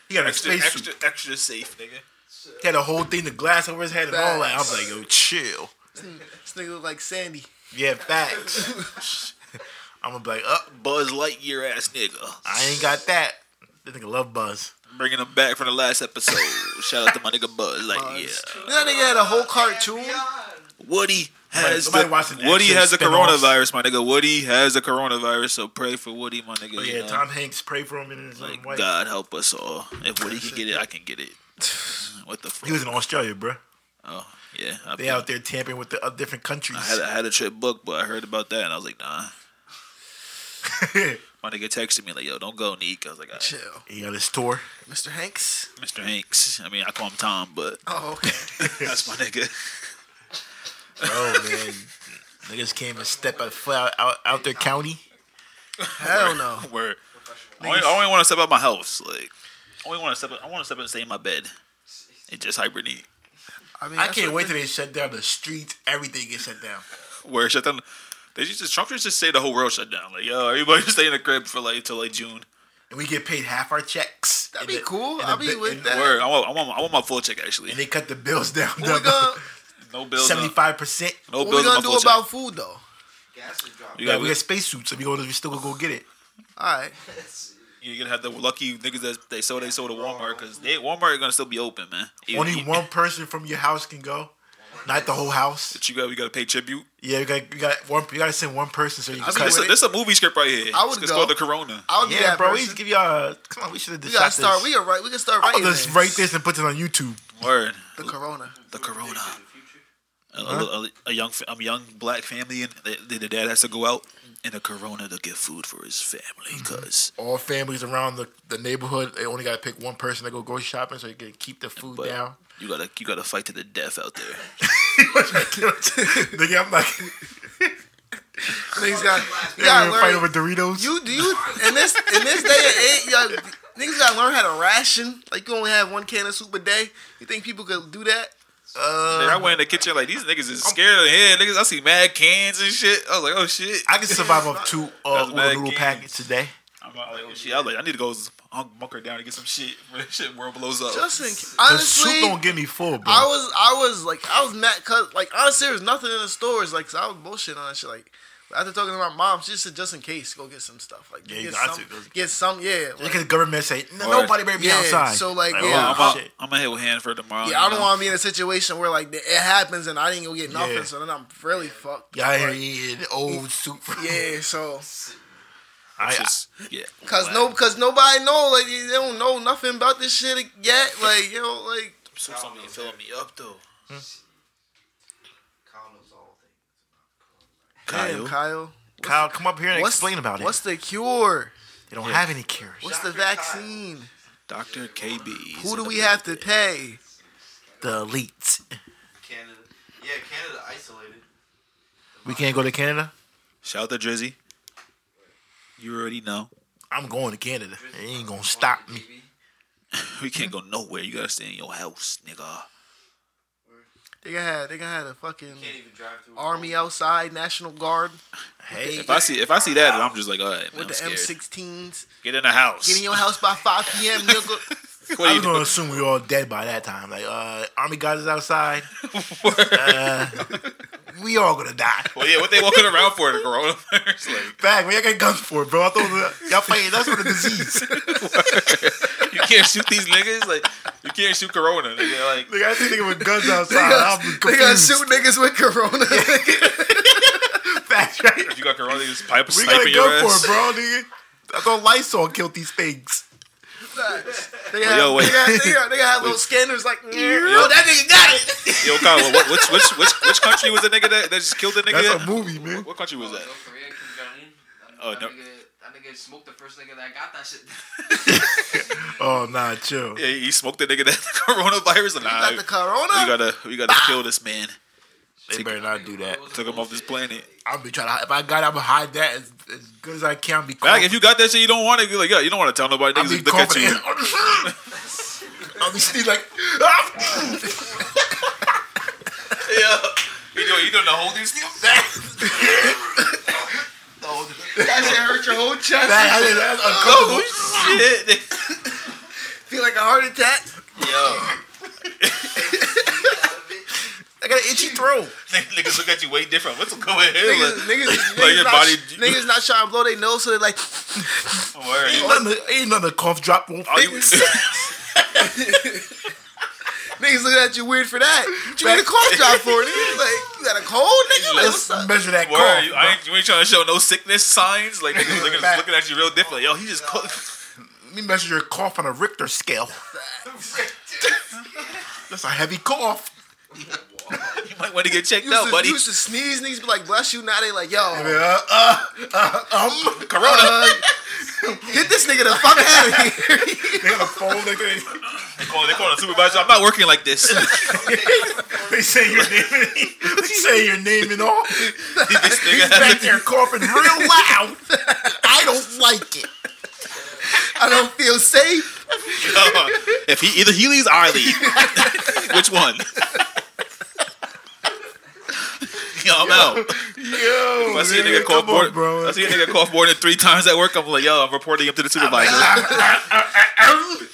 [SPEAKER 3] He got a
[SPEAKER 1] extra,
[SPEAKER 3] spaceship.
[SPEAKER 1] extra, extra safe, nigga.
[SPEAKER 3] He had a whole thing, the glass over his head and all that. I'm like, yo, chill.
[SPEAKER 2] this nigga look like Sandy.
[SPEAKER 3] Yeah, facts. [LAUGHS] I'm gonna be like, uh, up.
[SPEAKER 1] Buzz Lightyear ass nigga.
[SPEAKER 3] I ain't got that. This nigga love Buzz.
[SPEAKER 1] Bringing him back from the last episode. Shout out to my nigga Buzz Lightyear.
[SPEAKER 2] That nigga had a whole cartoon.
[SPEAKER 1] Woody has
[SPEAKER 3] Nobody- nobody
[SPEAKER 1] the,
[SPEAKER 3] watching the
[SPEAKER 1] Woody
[SPEAKER 3] actual
[SPEAKER 1] has the
[SPEAKER 3] spin-offs.
[SPEAKER 1] coronavirus, my nigga. Woody has the coronavirus, so pray for Woody, my nigga.
[SPEAKER 3] But
[SPEAKER 1] you
[SPEAKER 3] Oh, yeah,
[SPEAKER 1] know?
[SPEAKER 3] Tom Hanks pray for him in his own
[SPEAKER 1] Like
[SPEAKER 3] wife.
[SPEAKER 1] God help us all. If Woody can get it, I can get it.
[SPEAKER 3] [SIGHS]
[SPEAKER 1] What the fuck?
[SPEAKER 3] He was in Australia, bro.
[SPEAKER 1] oh yeah, I,
[SPEAKER 3] They out there tampering with the uh, different countries.
[SPEAKER 1] I had a, I had a trip booked, but I heard about that and I was
[SPEAKER 3] [LAUGHS]
[SPEAKER 1] like, nah. My nigga texted me like, yo, don't go, Neek. I was like, all
[SPEAKER 2] Chill,
[SPEAKER 1] right,
[SPEAKER 3] he got his store.
[SPEAKER 2] Mr. Hanks.
[SPEAKER 1] Mr. Hanks. I mean, I call him Tom, but
[SPEAKER 2] [LAUGHS] Oh, okay.
[SPEAKER 1] that's my nigga.
[SPEAKER 3] Oh man, niggas can't even step a foot out, out, out their county.
[SPEAKER 2] Hell no.
[SPEAKER 1] Where I only, I only want to step out my house. Like, I only want to step. I want to step out and stay in my bed. It just hibernate.
[SPEAKER 2] I mean,
[SPEAKER 3] I
[SPEAKER 2] that's
[SPEAKER 3] can't
[SPEAKER 2] what
[SPEAKER 3] wait
[SPEAKER 2] the-
[SPEAKER 3] till they shut down the streets. Everything gets shut down.
[SPEAKER 1] Where shut down. They just Trump just say the whole world shut down. Like, yo, everybody [LAUGHS] stay in the crib for like till like June.
[SPEAKER 3] and we get paid half our checks. And
[SPEAKER 2] That'd be
[SPEAKER 3] the-
[SPEAKER 2] cool.
[SPEAKER 3] and the
[SPEAKER 2] I'll be
[SPEAKER 3] bi-
[SPEAKER 2] with
[SPEAKER 3] and-
[SPEAKER 2] that. Oh
[SPEAKER 1] Word. I want, I want. I want my full check actually.
[SPEAKER 3] And they cut the bills [LAUGHS] down
[SPEAKER 2] What we gonna,
[SPEAKER 1] No bills.
[SPEAKER 3] seventy
[SPEAKER 1] No,
[SPEAKER 3] five percent.
[SPEAKER 1] no
[SPEAKER 2] what we
[SPEAKER 1] bills. on my
[SPEAKER 2] gonna
[SPEAKER 1] full
[SPEAKER 2] do
[SPEAKER 1] check.
[SPEAKER 2] about food though?
[SPEAKER 4] Gas is dropping.
[SPEAKER 1] You
[SPEAKER 3] Yeah,
[SPEAKER 1] gotta,
[SPEAKER 3] we got spacesuits. If you go, we still gonna go get it.
[SPEAKER 2] All right.
[SPEAKER 1] you gotta have the lucky niggas that they sold. They sold to Walmart because they Walmart gonna still be open, man. Even-
[SPEAKER 3] Only one person from your house can go, not the whole house.
[SPEAKER 1] But you got. We gotta pay tribute.
[SPEAKER 3] Yeah, you got you got one. You gotta send one person so you can
[SPEAKER 2] I'll be
[SPEAKER 3] cut.
[SPEAKER 1] This
[SPEAKER 2] with
[SPEAKER 1] a,
[SPEAKER 2] it.
[SPEAKER 1] this a movie script right here.
[SPEAKER 2] I would
[SPEAKER 1] it's
[SPEAKER 2] go.
[SPEAKER 1] called the Corona.
[SPEAKER 2] I'll do
[SPEAKER 3] Yeah,
[SPEAKER 2] that,
[SPEAKER 3] bro.
[SPEAKER 2] bro.
[SPEAKER 3] We just give y'all. Come on, we should have.
[SPEAKER 2] We gotta start. We are right. We can start
[SPEAKER 3] I'm
[SPEAKER 2] right.
[SPEAKER 3] gonna just write this and put it on YouTube.
[SPEAKER 1] Word.
[SPEAKER 2] the corona.
[SPEAKER 1] The Corona. A, a, a young, fa- a young black family, and the, the- the dad has to go out in a Corona to get food for his family
[SPEAKER 2] Mm-hmm.
[SPEAKER 1] because
[SPEAKER 3] All families around the, the neighborhood, they only gotta pick one person to go grocery shopping so you can keep the food
[SPEAKER 1] But-
[SPEAKER 3] down.
[SPEAKER 1] you gotta, you gotta fight to the death out there.
[SPEAKER 3] [LAUGHS] [LAUGHS] Nigga, I'm like,
[SPEAKER 2] Niggas got. You
[SPEAKER 3] yeah,
[SPEAKER 2] gotta
[SPEAKER 3] we fight
[SPEAKER 2] learn.
[SPEAKER 3] over Doritos.
[SPEAKER 2] You do you in this in this day and age, y'all, niggas gotta learn how to ration. Like you only have one can of soup a day. You think people could do that?
[SPEAKER 1] Man, I went in the kitchen like these niggas is scared of here. Niggas, I see mad cans and shit. I was like, oh shit.
[SPEAKER 3] I can survive off two uh,
[SPEAKER 1] That's bad
[SPEAKER 3] noodle
[SPEAKER 1] game.
[SPEAKER 3] packets a day.
[SPEAKER 1] I I'm like, oh shit, I was like, I need to go hunk- bunker down and get some shit [LAUGHS] for this shit world blows up. Oh,
[SPEAKER 2] Just in ca-
[SPEAKER 3] The
[SPEAKER 2] honestly,
[SPEAKER 3] soup don't get me full, bro.
[SPEAKER 2] I was I was like I was mad cause like honestly there was nothing in the stores like 'cause I was bullshitting on that shit like after talking to my mom she said just in case go get some stuff like
[SPEAKER 3] Yeah, you
[SPEAKER 2] get
[SPEAKER 3] got
[SPEAKER 2] some
[SPEAKER 3] to. Those-
[SPEAKER 2] get some yeah like,
[SPEAKER 3] Because the government say "No-
[SPEAKER 1] Or-
[SPEAKER 3] nobody better be
[SPEAKER 2] Yeah,
[SPEAKER 3] outside.
[SPEAKER 2] so, like,
[SPEAKER 3] oh,
[SPEAKER 2] yeah,
[SPEAKER 1] I'm,
[SPEAKER 2] I-
[SPEAKER 1] out,
[SPEAKER 3] shit.
[SPEAKER 1] I'm gonna hit with Hanford tomorrow.
[SPEAKER 2] yeah I
[SPEAKER 1] you
[SPEAKER 2] don't
[SPEAKER 1] know?
[SPEAKER 2] want to be in a situation where like it happens and I didn't go get nothing
[SPEAKER 3] Yeah.
[SPEAKER 2] so then I'm really fucked
[SPEAKER 3] Y'all here
[SPEAKER 2] Like,
[SPEAKER 3] eating old soup. [LAUGHS]
[SPEAKER 2] yeah so
[SPEAKER 3] I, I,
[SPEAKER 1] Just- yeah.
[SPEAKER 2] cause no cause nobody know like they don't know nothing about this shit yet like you know like
[SPEAKER 1] So something filling me up though.
[SPEAKER 4] Condoms all thing.
[SPEAKER 2] damn Kyle
[SPEAKER 3] Kyle, come up here and
[SPEAKER 2] what's
[SPEAKER 3] explain about
[SPEAKER 2] what's
[SPEAKER 3] it.
[SPEAKER 2] the cure
[SPEAKER 3] They don't have any cures.
[SPEAKER 2] what's the
[SPEAKER 4] Dr. Kyle.
[SPEAKER 2] vaccine
[SPEAKER 1] Dr. KB.
[SPEAKER 2] who do we have to pay
[SPEAKER 3] The elites.
[SPEAKER 4] Canada. Yeah, Canada isolated.
[SPEAKER 3] We can't go to Canada.
[SPEAKER 1] Shout out to Drizzy. You already know.
[SPEAKER 3] I'm going to Canada. It ain't gonna stop me.
[SPEAKER 1] We can't go nowhere. You gotta stay in your house, nigga.
[SPEAKER 2] they gotta have they gotta have a fucking
[SPEAKER 4] Can't even drive through.
[SPEAKER 2] army outside, National Guard
[SPEAKER 3] Hey,
[SPEAKER 1] If I see if I see that, then I'm just like, all right, man,
[SPEAKER 2] with
[SPEAKER 1] I'm
[SPEAKER 2] the
[SPEAKER 1] scared.
[SPEAKER 2] M16s.
[SPEAKER 1] Get in the house.
[SPEAKER 2] Get in your house by 5 p.m. Nigga.
[SPEAKER 1] what
[SPEAKER 3] I
[SPEAKER 1] are you
[SPEAKER 3] was gonna
[SPEAKER 1] doing?
[SPEAKER 3] assume we were all dead by that time. Like, uh, army guys is
[SPEAKER 2] [LAUGHS]
[SPEAKER 3] outside. Uh, we all gonna
[SPEAKER 2] [LAUGHS]
[SPEAKER 3] die.
[SPEAKER 1] Well, yeah, what they walking around for the coronavirus? [LAUGHS] Like,
[SPEAKER 3] Back, we ain't got guns for it, bro. I thought [LAUGHS] y'all fighting. That's for the disease.
[SPEAKER 1] you can't shoot these niggas. Like, you can't shoot corona. Nigga. Like,
[SPEAKER 3] Nigga, I see nigga with guns outside.
[SPEAKER 2] They
[SPEAKER 3] I'm
[SPEAKER 2] gonna,
[SPEAKER 3] confused.
[SPEAKER 2] they gonna shoot niggas with
[SPEAKER 3] [LAUGHS]
[SPEAKER 2] Corona.
[SPEAKER 3] Facts, right?
[SPEAKER 1] if you got corona, they just pipe a
[SPEAKER 3] We
[SPEAKER 1] snipe
[SPEAKER 3] gotta
[SPEAKER 1] in your
[SPEAKER 3] go
[SPEAKER 1] ass.
[SPEAKER 3] for it, bro, nigga. I thought Lysol killed these things.
[SPEAKER 2] [LAUGHS] they, have,
[SPEAKER 1] Yo, wait.
[SPEAKER 2] they, got, they, got, they got have little
[SPEAKER 3] [LAUGHS]
[SPEAKER 2] scanners like, yo, that nigga got it. [LAUGHS]
[SPEAKER 1] Yo, Kyle, what, which, which, which, which country was the nigga that, that just killed the nigga?
[SPEAKER 3] That's a
[SPEAKER 1] in?
[SPEAKER 3] movie, man.
[SPEAKER 1] What country was that?
[SPEAKER 4] North Korea, Kim Jong Un.
[SPEAKER 1] Oh,
[SPEAKER 4] that,
[SPEAKER 1] no.
[SPEAKER 4] nigga, that nigga smoked the first nigga that got that shit.
[SPEAKER 3] Oh, nah, chill.
[SPEAKER 1] Yeah, he smoked the [LAUGHS] nigga that coronavirus. And nah,
[SPEAKER 2] Got the Corona.
[SPEAKER 1] we gotta, we gotta kill this man.
[SPEAKER 3] They better not do that.
[SPEAKER 1] Took him off this planet.
[SPEAKER 3] I'll be trying to. If I got, I'm gonna hide that as, as good as I can. Be
[SPEAKER 1] Back, if you got that shit, you don't want to. Like, yo, you don't want to tell nobody.
[SPEAKER 3] I'll be
[SPEAKER 1] Niggas look at you.
[SPEAKER 3] confident. I'll be sneezing
[SPEAKER 1] [LAUGHS]
[SPEAKER 3] like. "Ah!"
[SPEAKER 1] Yeah, you doing, you doing the whole thing.
[SPEAKER 4] [LAUGHS]
[SPEAKER 2] That shit hurt your whole
[SPEAKER 3] That-
[SPEAKER 2] chest.
[SPEAKER 3] that- that's uncomfortable.
[SPEAKER 1] Oh shit! [LAUGHS]
[SPEAKER 2] Feel like a heart attack.
[SPEAKER 1] Yo,
[SPEAKER 2] I got an itchy throat.
[SPEAKER 1] niggas look at you way different. What's going here?
[SPEAKER 2] Niggas,
[SPEAKER 1] Like,
[SPEAKER 2] niggas, niggas,
[SPEAKER 1] Like your
[SPEAKER 2] not,
[SPEAKER 1] body-
[SPEAKER 2] niggas not trying to blow their nose, so they like, [LAUGHS]
[SPEAKER 1] don't worry.
[SPEAKER 3] Ain't nothing, ain't nothing a cough drop won't
[SPEAKER 1] All
[SPEAKER 3] fix.
[SPEAKER 1] [LAUGHS] you-
[SPEAKER 2] niggas looking at you weird for that. What you need a cough drop
[SPEAKER 3] [LAUGHS]
[SPEAKER 2] for? Nigga, like, you got a cold, nigga. Like, what's
[SPEAKER 3] Let's
[SPEAKER 2] up?
[SPEAKER 3] measure that
[SPEAKER 1] Word,
[SPEAKER 3] cough.
[SPEAKER 1] you,
[SPEAKER 3] bro.
[SPEAKER 1] I ain't, you ain't trying to show no sickness signs. Like niggas looking,
[SPEAKER 3] Fact.
[SPEAKER 1] looking at you real different. Yo, [LAUGHS] he just cooked.
[SPEAKER 3] Let me measure your cough on a Richter
[SPEAKER 1] [LAUGHS]
[SPEAKER 3] scale. That's a heavy cough.
[SPEAKER 1] You might want to get checked
[SPEAKER 2] You used,
[SPEAKER 1] out,
[SPEAKER 2] to,
[SPEAKER 1] buddy.
[SPEAKER 2] you used to sneeze, niggas be like, bless you. Now they like, yo,
[SPEAKER 3] Uh, uh, uh, um.
[SPEAKER 1] Corona.
[SPEAKER 2] get this nigga the fuck out of here. [LAUGHS]
[SPEAKER 3] They got a phone. They, they,
[SPEAKER 1] they call they calling the supervisor. I'm not working like this. [LAUGHS]
[SPEAKER 2] [LAUGHS]
[SPEAKER 3] they say your name. [LAUGHS] They say your name and all.
[SPEAKER 1] this
[SPEAKER 3] He's
[SPEAKER 1] nigga
[SPEAKER 3] back [LAUGHS] there coughing real loud. I don't like it.
[SPEAKER 2] I don't feel safe.
[SPEAKER 1] [LAUGHS] if he either he leaves or I
[SPEAKER 2] [LAUGHS]
[SPEAKER 1] leave. [LAUGHS] Which one? [LAUGHS] yo, I'm out.
[SPEAKER 3] Yo,
[SPEAKER 1] If I see a nigga
[SPEAKER 3] come
[SPEAKER 1] cough more,
[SPEAKER 3] on, bro.
[SPEAKER 1] if I see a nigga cough more than three times at work. I'm like, yo, I'm reporting him to the supervisor.
[SPEAKER 3] [LAUGHS]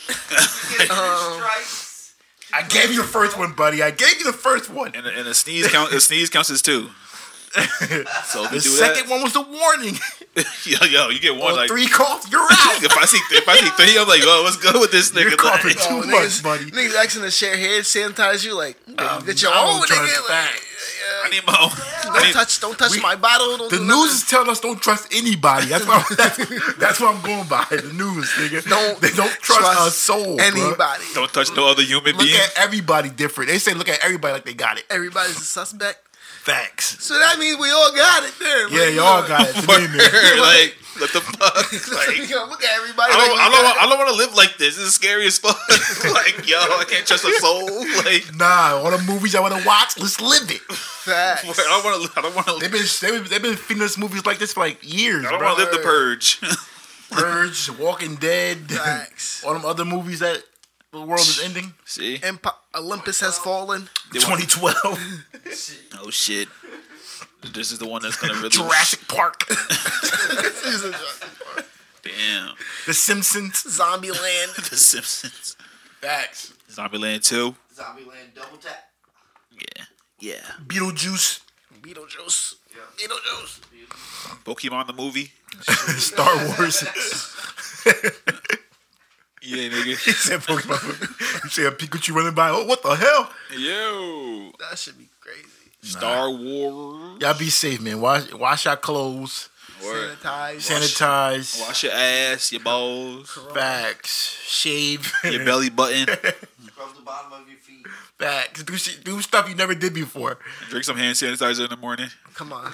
[SPEAKER 2] Um,
[SPEAKER 4] Strikes.
[SPEAKER 3] I gave you the first one, buddy. I gave you the first one.
[SPEAKER 1] and, a- and a sneeze count. A sneeze counts
[SPEAKER 3] [LAUGHS]
[SPEAKER 1] as two. So if
[SPEAKER 3] The
[SPEAKER 1] you do
[SPEAKER 3] second one was the warning.
[SPEAKER 1] that, [LAUGHS] yo, yo, you get one
[SPEAKER 3] On
[SPEAKER 1] like.
[SPEAKER 3] three coughs, you're out.
[SPEAKER 1] [LAUGHS] if I see if I see three, I'm like, yo, what's good with this
[SPEAKER 3] You're
[SPEAKER 1] nigga? Like,
[SPEAKER 3] coughing too
[SPEAKER 2] Oh,
[SPEAKER 3] much,
[SPEAKER 2] niggas,
[SPEAKER 3] buddy. Um,
[SPEAKER 2] Niggas asking to share hand sanitize you, like, it's your
[SPEAKER 3] I don't
[SPEAKER 2] own,
[SPEAKER 3] trust
[SPEAKER 2] nigga. Like,
[SPEAKER 3] that.
[SPEAKER 1] [LAUGHS] I need my own. I
[SPEAKER 2] don't
[SPEAKER 1] need-
[SPEAKER 2] touch, don't touch
[SPEAKER 3] We-
[SPEAKER 2] my bottle. Don't
[SPEAKER 3] The
[SPEAKER 2] do
[SPEAKER 3] news is telling us don't trust anybody. That's what I'm, [LAUGHS]
[SPEAKER 2] [LAUGHS]
[SPEAKER 3] that's, that's what I'm going by. The news, nigga.
[SPEAKER 2] Don't
[SPEAKER 3] they don't trust,
[SPEAKER 2] trust
[SPEAKER 3] a soul. bruh.
[SPEAKER 2] nothing. anybody.
[SPEAKER 1] don't touch no other human
[SPEAKER 3] Look
[SPEAKER 1] being. [LAUGHS]
[SPEAKER 3] at everybody different. They say look at everybody like they got it.
[SPEAKER 2] Everybody's a suspect.
[SPEAKER 3] Facts.
[SPEAKER 2] So that means we all got it there.
[SPEAKER 3] Yeah, y'all got it. To me, man.
[SPEAKER 1] [LAUGHS] like, what
[SPEAKER 3] [LAUGHS]
[SPEAKER 1] the fuck?
[SPEAKER 2] [LAUGHS]
[SPEAKER 1] Like,
[SPEAKER 2] Like, look at everybody.
[SPEAKER 1] I
[SPEAKER 2] like, we
[SPEAKER 1] don't, I
[SPEAKER 2] got
[SPEAKER 1] don't,
[SPEAKER 2] it.
[SPEAKER 1] want, I don't want to live like this. This is scary as fuck. [LAUGHS] like, yo, I can't trust a soul. [LAUGHS] Like,
[SPEAKER 3] Nah, all the movies I want to watch, let's live it. [LAUGHS]
[SPEAKER 2] Facts.
[SPEAKER 1] I don't want to. I don't want to.
[SPEAKER 3] They've been they've been, they've been feeding us movies like this for like years,
[SPEAKER 1] I don't want
[SPEAKER 3] bro.
[SPEAKER 1] to live the purge. [LAUGHS]
[SPEAKER 3] Purge, Walking Dead, [LAUGHS]
[SPEAKER 2] Facts.
[SPEAKER 3] all them other movies that the world is ending.
[SPEAKER 1] See?
[SPEAKER 2] Empi- Olympus
[SPEAKER 3] [LAUGHS]
[SPEAKER 2] has fallen.
[SPEAKER 1] They want-
[SPEAKER 3] 2012,
[SPEAKER 1] oh shit. This is the one that's gonna really.
[SPEAKER 3] Jurassic Park.
[SPEAKER 2] This is a-
[SPEAKER 1] Damn, Damn.
[SPEAKER 3] The Simpsons.
[SPEAKER 2] Zombie Land.
[SPEAKER 3] [LAUGHS]
[SPEAKER 1] The Simpsons.
[SPEAKER 3] Facts.
[SPEAKER 1] Zombieland 2.
[SPEAKER 4] Zombieland double tap.
[SPEAKER 1] Yeah. Yeah.
[SPEAKER 3] Beetlejuice.
[SPEAKER 2] Beetlejuice.
[SPEAKER 4] Yeah.
[SPEAKER 2] Beetlejuice.
[SPEAKER 1] Pokemon the movie.
[SPEAKER 3] Star [LAUGHS] Wars.
[SPEAKER 1] Yeah,
[SPEAKER 3] he
[SPEAKER 1] nigga.
[SPEAKER 3] said Pokemon. You see a Pikachu running by. Oh, what the hell?
[SPEAKER 1] [LAUGHS] Yo.
[SPEAKER 2] That should be crazy.
[SPEAKER 1] Star Wars.
[SPEAKER 3] Y'all be safe, man. Wash, wash your clothes.
[SPEAKER 1] Word.
[SPEAKER 2] Sanitize.
[SPEAKER 3] Sanitize.
[SPEAKER 1] Wash your ass, your balls,
[SPEAKER 3] Facts. Shave.
[SPEAKER 1] your belly button.
[SPEAKER 4] Rub the bottom of your feet.
[SPEAKER 3] [LAUGHS] Facts. Do, shit- do stuff you never did before.
[SPEAKER 1] Drink some hand sanitizer in the morning.
[SPEAKER 2] Come on.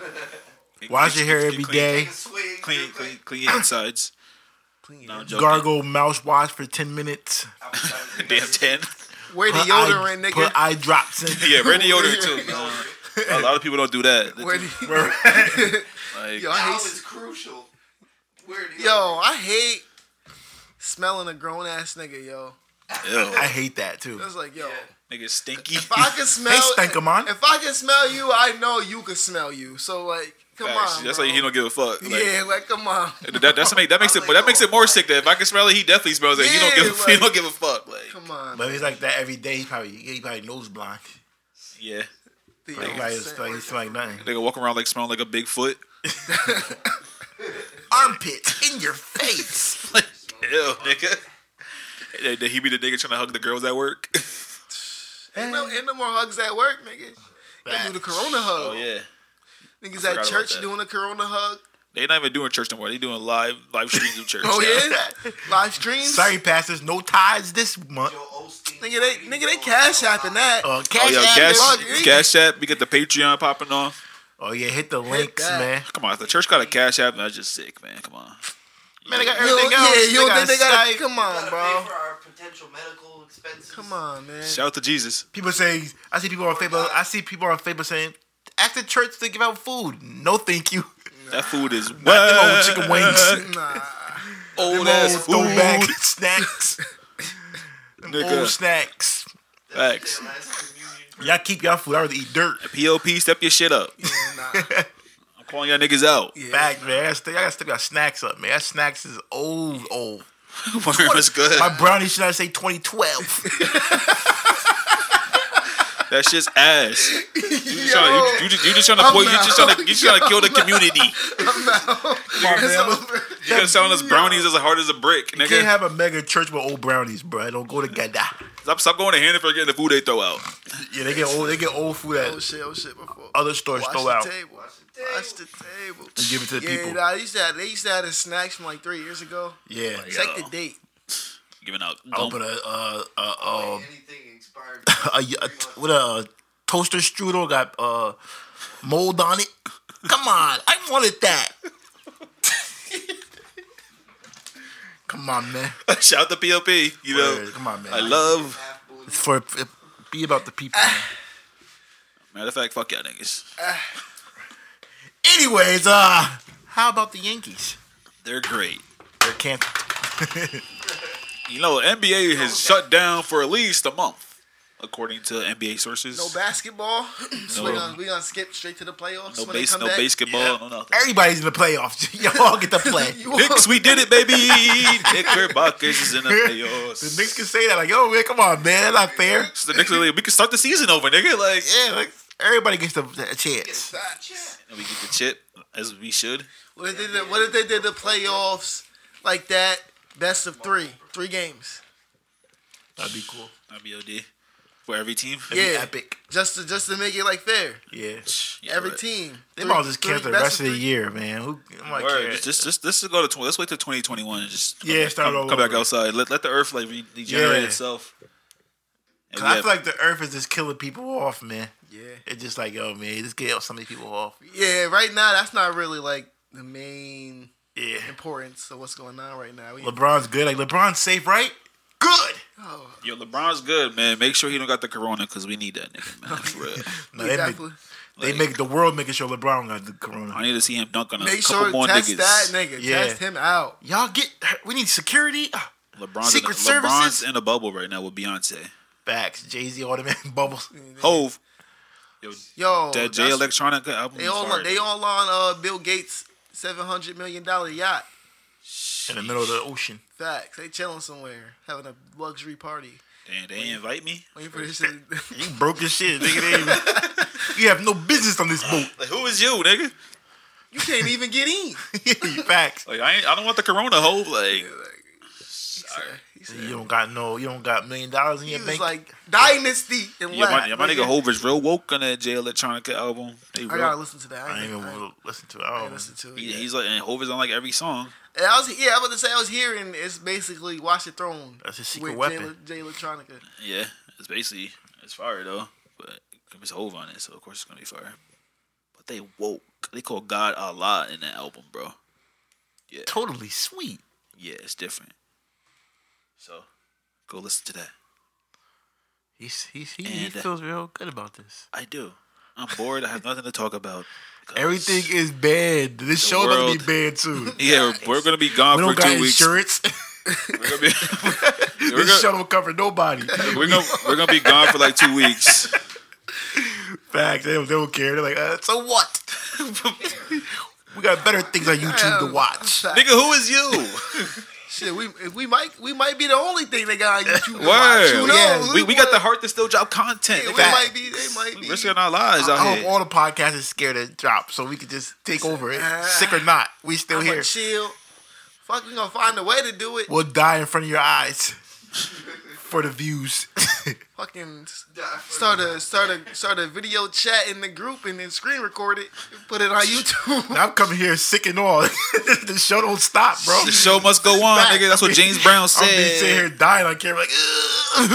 [SPEAKER 3] Wash your hair every
[SPEAKER 1] Clean-
[SPEAKER 3] day.
[SPEAKER 4] Take a swig.
[SPEAKER 1] Clean,
[SPEAKER 4] drink
[SPEAKER 1] clean,
[SPEAKER 4] it.
[SPEAKER 1] clean your insides.
[SPEAKER 2] Clean
[SPEAKER 1] No, I'm
[SPEAKER 2] it.
[SPEAKER 1] joking.
[SPEAKER 3] Gargle mouth wash for 10 minutes.
[SPEAKER 2] [LAUGHS]
[SPEAKER 4] I'm trying to
[SPEAKER 1] Damn
[SPEAKER 4] think.
[SPEAKER 1] ten. [LAUGHS]
[SPEAKER 2] Wear
[SPEAKER 3] Put eye,
[SPEAKER 2] deodorant,
[SPEAKER 3] Put
[SPEAKER 2] nigga.
[SPEAKER 3] eye drops [LAUGHS] in.
[SPEAKER 1] yeah, red deodorant too. Nah, a lot of people don't do that.
[SPEAKER 3] [LAUGHS]
[SPEAKER 2] Wear de- [LAUGHS]
[SPEAKER 1] Like,
[SPEAKER 2] Yo,
[SPEAKER 4] Now
[SPEAKER 2] I
[SPEAKER 4] is
[SPEAKER 2] hate.
[SPEAKER 4] crucial. Where do you
[SPEAKER 2] Yo, I hate smelling a grown ass nigga. Yo,
[SPEAKER 1] ew.
[SPEAKER 3] I hate that too.
[SPEAKER 2] it's like yo.
[SPEAKER 1] Nigga stinky.
[SPEAKER 2] If I can smell,
[SPEAKER 3] Hey, Stankerman.
[SPEAKER 2] if I can smell you, I know you can smell you. So like, come
[SPEAKER 1] Facts.
[SPEAKER 2] on.
[SPEAKER 1] That's
[SPEAKER 2] bro.
[SPEAKER 1] like he don't give a fuck. Like,
[SPEAKER 2] yeah, like come on.
[SPEAKER 1] That, that's make, that makes it that makes it more sick. That if I can smell it, he definitely smells it. he don't give a, [LAUGHS]
[SPEAKER 2] Yeah,
[SPEAKER 1] he
[SPEAKER 2] like-
[SPEAKER 1] don't give a fuck. Like
[SPEAKER 2] Come on.
[SPEAKER 3] But if he's like that every day, he probably he probably nose blind.
[SPEAKER 1] yeah,
[SPEAKER 2] The
[SPEAKER 3] Like,
[SPEAKER 2] old
[SPEAKER 3] like,
[SPEAKER 2] scent.
[SPEAKER 3] like, he's like nothing.
[SPEAKER 1] nigga walk around like smelling like a Bigfoot.
[SPEAKER 3] [LAUGHS] Armpit in your face. [LAUGHS]
[SPEAKER 1] Like ew, nigga. And then he be the nigga trying to hug the girls at work.
[SPEAKER 2] ain't, no, ain't no more hugs at work, nigga. They do the corona hug.
[SPEAKER 1] Oh yeah,
[SPEAKER 2] Niggas
[SPEAKER 1] forgot
[SPEAKER 2] at
[SPEAKER 1] about
[SPEAKER 2] church
[SPEAKER 1] that.
[SPEAKER 2] doing a corona hug.
[SPEAKER 1] they not even doing church no more. They doing live live streams of church.
[SPEAKER 2] Oh
[SPEAKER 1] now.
[SPEAKER 2] yeah, [LAUGHS] live streams.
[SPEAKER 3] Sorry, pastors, no ties this month.
[SPEAKER 4] Joe Osteen.
[SPEAKER 2] nigga. They nigga they cash apping that.
[SPEAKER 3] Uh,
[SPEAKER 1] Oh
[SPEAKER 3] cash
[SPEAKER 1] yeah,
[SPEAKER 3] App
[SPEAKER 1] cash,
[SPEAKER 3] is-
[SPEAKER 2] Fuck, yeah.
[SPEAKER 1] cash app. We got the Patreon popping off.
[SPEAKER 3] Oh yeah, hit the links,
[SPEAKER 2] that.
[SPEAKER 3] man.
[SPEAKER 1] Come on, if the church got a cash app, that's just sick, man. Come on.
[SPEAKER 3] Man, they got
[SPEAKER 2] You don't-
[SPEAKER 3] everything else.
[SPEAKER 2] yeah, you don't
[SPEAKER 3] They
[SPEAKER 2] think they
[SPEAKER 3] got
[SPEAKER 2] gotta?
[SPEAKER 3] Skype.
[SPEAKER 2] Come
[SPEAKER 4] We
[SPEAKER 2] on,
[SPEAKER 4] gotta
[SPEAKER 2] bro.
[SPEAKER 4] Pay for our potential medical expenses.
[SPEAKER 2] Come on, man.
[SPEAKER 1] Shout out to Jesus.
[SPEAKER 3] People say I see people on Facebook. I see people on Facebook saying, "Ask the church to give out food." No, thank [LAUGHS] you.
[SPEAKER 1] That food is
[SPEAKER 3] Them
[SPEAKER 1] whack.
[SPEAKER 3] old chicken wings,
[SPEAKER 2] Nah,
[SPEAKER 1] Old
[SPEAKER 3] them
[SPEAKER 1] ass
[SPEAKER 3] old throwback
[SPEAKER 1] food.
[SPEAKER 3] snacks, them
[SPEAKER 1] Nigga.
[SPEAKER 3] old snacks.
[SPEAKER 1] Facts.
[SPEAKER 4] Their last communion.
[SPEAKER 3] Y'all keep y'all food. I rather eat dirt.
[SPEAKER 1] POP, step your shit up.
[SPEAKER 2] yeah,
[SPEAKER 3] [LAUGHS]
[SPEAKER 2] nah.
[SPEAKER 1] I'm calling y'all niggas out.
[SPEAKER 2] Yeah.
[SPEAKER 3] Back, man. I gotta step- I gotta step y'all snacks up, man. That snacks is old, old.
[SPEAKER 1] Word was good.
[SPEAKER 3] My brownie should I say [LAUGHS] 2012.
[SPEAKER 1] That shit's ass. You just trying
[SPEAKER 2] Yo.
[SPEAKER 1] to, you, you, just- you just trying to, you just trying to, you just trying to kill the community.
[SPEAKER 2] I'm out. It's over.
[SPEAKER 1] You just selling us brownies as hard as a brick,
[SPEAKER 3] You can't
[SPEAKER 1] nigga.
[SPEAKER 3] have a mega church with old brownies, bro. It Don't go together.
[SPEAKER 1] Stop, stop going to Hannaford getting the food they throw out.
[SPEAKER 3] Yeah, they get old. They get old food
[SPEAKER 2] Oh
[SPEAKER 3] at
[SPEAKER 2] shit! Oh shit! Before
[SPEAKER 3] other stores
[SPEAKER 2] Watch
[SPEAKER 3] throw
[SPEAKER 2] the
[SPEAKER 3] out.
[SPEAKER 2] table. Watch the table.
[SPEAKER 3] And give it to the
[SPEAKER 2] yeah,
[SPEAKER 3] people.
[SPEAKER 2] Nah, they used to have, they used to have the snacks from like three years ago.
[SPEAKER 3] Yeah,
[SPEAKER 1] God.
[SPEAKER 2] Check the date.
[SPEAKER 1] Giving out.
[SPEAKER 3] I open a uh uh uh,
[SPEAKER 4] Anything
[SPEAKER 2] [LAUGHS]
[SPEAKER 4] expired.
[SPEAKER 3] a, a with a toaster strudel got uh mold on it. Come on, I wanted that. Come on, man.
[SPEAKER 1] [LAUGHS] Shout out to POP. You know,
[SPEAKER 3] Word, Come on,
[SPEAKER 1] I
[SPEAKER 3] man.
[SPEAKER 1] love.
[SPEAKER 4] half blue.
[SPEAKER 3] It's for it, be about the
[SPEAKER 2] [LAUGHS]
[SPEAKER 3] people. man.
[SPEAKER 1] Matter of fact, fuck y'all niggas.
[SPEAKER 3] Anyways, uh, how about the Yankees?
[SPEAKER 1] They're great.
[SPEAKER 3] They're canceled.
[SPEAKER 1] You know, NBA has shut down for at least a month, according to NBA sources.
[SPEAKER 2] No basketball. [CLEARS THROAT] so we
[SPEAKER 1] No.
[SPEAKER 2] gonna we gonna skip straight to the playoffs.
[SPEAKER 1] no
[SPEAKER 2] when they
[SPEAKER 1] base,
[SPEAKER 2] come
[SPEAKER 1] no
[SPEAKER 2] back.
[SPEAKER 1] basketball, no nothing.
[SPEAKER 3] Everybody's in the playoffs. [LAUGHS] Y'all get to play.
[SPEAKER 2] You
[SPEAKER 1] Knicks,
[SPEAKER 2] want-
[SPEAKER 1] we did it, baby. Nick Kyrgios is in the
[SPEAKER 3] The
[SPEAKER 1] playoffs.
[SPEAKER 3] Knicks can say that like, "Yo, man, come on, man, that's not fair."
[SPEAKER 1] So the Knicks are like, we can start the season over, nigga. Like,
[SPEAKER 3] Yeah, like, everybody gets the, a chance.
[SPEAKER 1] and we get the chip as we should.
[SPEAKER 2] What if, they did, what if they did the playoffs like that? Best of three, three games.
[SPEAKER 3] That'd be cool.
[SPEAKER 1] IBOD for every team.
[SPEAKER 3] That'd
[SPEAKER 2] Yeah,
[SPEAKER 3] be epic.
[SPEAKER 2] just to just to make it like fair.
[SPEAKER 3] Yeah,
[SPEAKER 1] Yeah,
[SPEAKER 2] Every
[SPEAKER 1] but-
[SPEAKER 2] team.
[SPEAKER 3] they
[SPEAKER 2] Three-
[SPEAKER 3] might just
[SPEAKER 2] three-
[SPEAKER 3] cancel the
[SPEAKER 2] best
[SPEAKER 3] rest of the
[SPEAKER 2] three.
[SPEAKER 3] year, man. Who? I'm like,
[SPEAKER 1] Word.
[SPEAKER 3] yeah.
[SPEAKER 1] Just, just, just, just go to. 20, let's wait till 2021 and just
[SPEAKER 3] Yeah, start
[SPEAKER 1] come,
[SPEAKER 3] all
[SPEAKER 1] come back
[SPEAKER 3] over.
[SPEAKER 1] outside. Let, let the earth like re- regenerate
[SPEAKER 3] Yeah.
[SPEAKER 1] itself. And
[SPEAKER 3] 'Cause
[SPEAKER 1] we
[SPEAKER 3] I
[SPEAKER 1] have-
[SPEAKER 3] feel like the Earth is just killing people off, man.
[SPEAKER 2] Yeah.
[SPEAKER 3] It's just like, yo, man, just get so many people off.
[SPEAKER 2] Yeah, right now that's not really like the main
[SPEAKER 3] Yeah,
[SPEAKER 2] importance of what's going on right now. We,
[SPEAKER 3] LeBron's good. Like LeBron's safe, right? Good.
[SPEAKER 2] oh,
[SPEAKER 1] yo, LeBron's good, man. Make sure he don't got the corona because we need that
[SPEAKER 3] [LAUGHS]
[SPEAKER 1] nigga, man. For real.
[SPEAKER 3] No,
[SPEAKER 2] we
[SPEAKER 3] they, make,
[SPEAKER 2] definitely-
[SPEAKER 3] they make the world making sure LeBron got the corona.
[SPEAKER 1] I need to see him dunk on a
[SPEAKER 2] make
[SPEAKER 1] couple
[SPEAKER 2] sure
[SPEAKER 1] more
[SPEAKER 2] test
[SPEAKER 1] niggas.
[SPEAKER 2] that nigga.
[SPEAKER 3] Yeah.
[SPEAKER 2] Test him out.
[SPEAKER 3] Y'all get. We need security. Ah,
[SPEAKER 1] LeBron's,
[SPEAKER 3] Secret
[SPEAKER 1] in, LeBron's
[SPEAKER 3] Services?
[SPEAKER 1] in a bubble right now with Beyonce.
[SPEAKER 3] Facts. Jay Z, all the man [LAUGHS] bubbles.
[SPEAKER 1] Hove,
[SPEAKER 2] Yo,
[SPEAKER 3] Oh,
[SPEAKER 1] that J
[SPEAKER 2] that's-
[SPEAKER 1] Electronica album.
[SPEAKER 2] they
[SPEAKER 1] is
[SPEAKER 2] all
[SPEAKER 1] hard.
[SPEAKER 2] they all on uh, Bill Gates seven hundred million dollar yacht.
[SPEAKER 3] in the middle of the ocean.
[SPEAKER 2] Facts. They chilling somewhere, having a luxury party.
[SPEAKER 1] And they ain't invite me.
[SPEAKER 2] Waiting for this shit. [LAUGHS]
[SPEAKER 3] You broke as shit, nigga. They even- you have no business on this boat. [LAUGHS]
[SPEAKER 1] Like, who is you, nigga?
[SPEAKER 2] you can't even get
[SPEAKER 1] [LAUGHS]
[SPEAKER 2] in.
[SPEAKER 3] Facts.
[SPEAKER 1] Like, I ain't, I don't want the corona hoe. Like,
[SPEAKER 2] He
[SPEAKER 3] You
[SPEAKER 2] said,
[SPEAKER 3] don't got no. You don't got million dollars in
[SPEAKER 2] he
[SPEAKER 3] your
[SPEAKER 2] was
[SPEAKER 3] bank.
[SPEAKER 2] like dynasty and
[SPEAKER 1] yeah, my,
[SPEAKER 2] what?
[SPEAKER 1] yeah, my nigga Hove is real woke on that J Electronica album. They
[SPEAKER 2] I gotta
[SPEAKER 1] real,
[SPEAKER 2] listen to that.
[SPEAKER 3] I
[SPEAKER 2] I
[SPEAKER 3] ain't
[SPEAKER 2] ain't
[SPEAKER 3] even want
[SPEAKER 2] I
[SPEAKER 3] to listen to it. I
[SPEAKER 2] ain't
[SPEAKER 3] don't
[SPEAKER 2] listen to it.
[SPEAKER 1] he,
[SPEAKER 2] yet.
[SPEAKER 1] he's like, and Hove is on like every song.
[SPEAKER 2] And I was yeah, I was about to say I was hearing it's basically Watch the Throne.
[SPEAKER 3] That's his secret
[SPEAKER 2] with
[SPEAKER 3] weapon.
[SPEAKER 2] Jay, Jay Electronica.
[SPEAKER 1] Yeah, it's basically it's fire though, but it's Hove on it, so of course it's gonna be fire. But they woke. They call God Allah in that album, bro.
[SPEAKER 3] Totally sweet.
[SPEAKER 1] Yeah, it's different. So, go listen to that.
[SPEAKER 3] He's, he's, he, he
[SPEAKER 1] And, uh,
[SPEAKER 3] feels real good about this.
[SPEAKER 1] I do. I'm bored. I have nothing to talk about. because-
[SPEAKER 3] Everything is bad. This show gonna be
[SPEAKER 1] world-
[SPEAKER 3] bad
[SPEAKER 1] [LAUGHS]
[SPEAKER 3] too. we
[SPEAKER 1] Yeah, we're gonna be gone
[SPEAKER 3] don't
[SPEAKER 1] for
[SPEAKER 3] got
[SPEAKER 1] two weeks.
[SPEAKER 3] insurance. [LAUGHS]
[SPEAKER 1] We're gonna be. [LAUGHS] we're,
[SPEAKER 3] this show
[SPEAKER 1] gonna,
[SPEAKER 3] don't cover nobody.
[SPEAKER 1] we're gonna we're gonna be gone for like two weeks.
[SPEAKER 3] Facts. They don't, they don't care. They're like, uh, so what? [LAUGHS] we got better things on YouTube to watch.
[SPEAKER 1] Nigga, who is you?
[SPEAKER 2] Shit, we if we might we might be the only thing they got on YouTube. to watch.
[SPEAKER 1] Word.
[SPEAKER 2] Who knows?
[SPEAKER 1] We, we got the heart to still drop content.
[SPEAKER 2] Yeah, we
[SPEAKER 1] Fact.
[SPEAKER 2] might be they might
[SPEAKER 1] We
[SPEAKER 2] be
[SPEAKER 1] risking our lives out
[SPEAKER 3] I hope
[SPEAKER 1] here.
[SPEAKER 3] all the podcasts is scared to drop, so we could just take over it. Sick or not, we still
[SPEAKER 2] I'ma
[SPEAKER 3] here.
[SPEAKER 2] chill. Fuck, we gonna find a way to do it.
[SPEAKER 3] We'll die in front of your eyes [LAUGHS] for the views. [LAUGHS]
[SPEAKER 2] Fucking [LAUGHS] start a start a start a video chat in the group and then screen record it. and Put it
[SPEAKER 1] [LAUGHS]
[SPEAKER 2] on YouTube.
[SPEAKER 3] I'm coming here sick and all. [LAUGHS] the show don't stop, bro.
[SPEAKER 1] The show must go on,
[SPEAKER 3] Fact.
[SPEAKER 1] nigga. That's what James Brown
[SPEAKER 3] I'm gonna be sitting
[SPEAKER 1] said.
[SPEAKER 3] here dying on camera, like, [LAUGHS] "Ugh."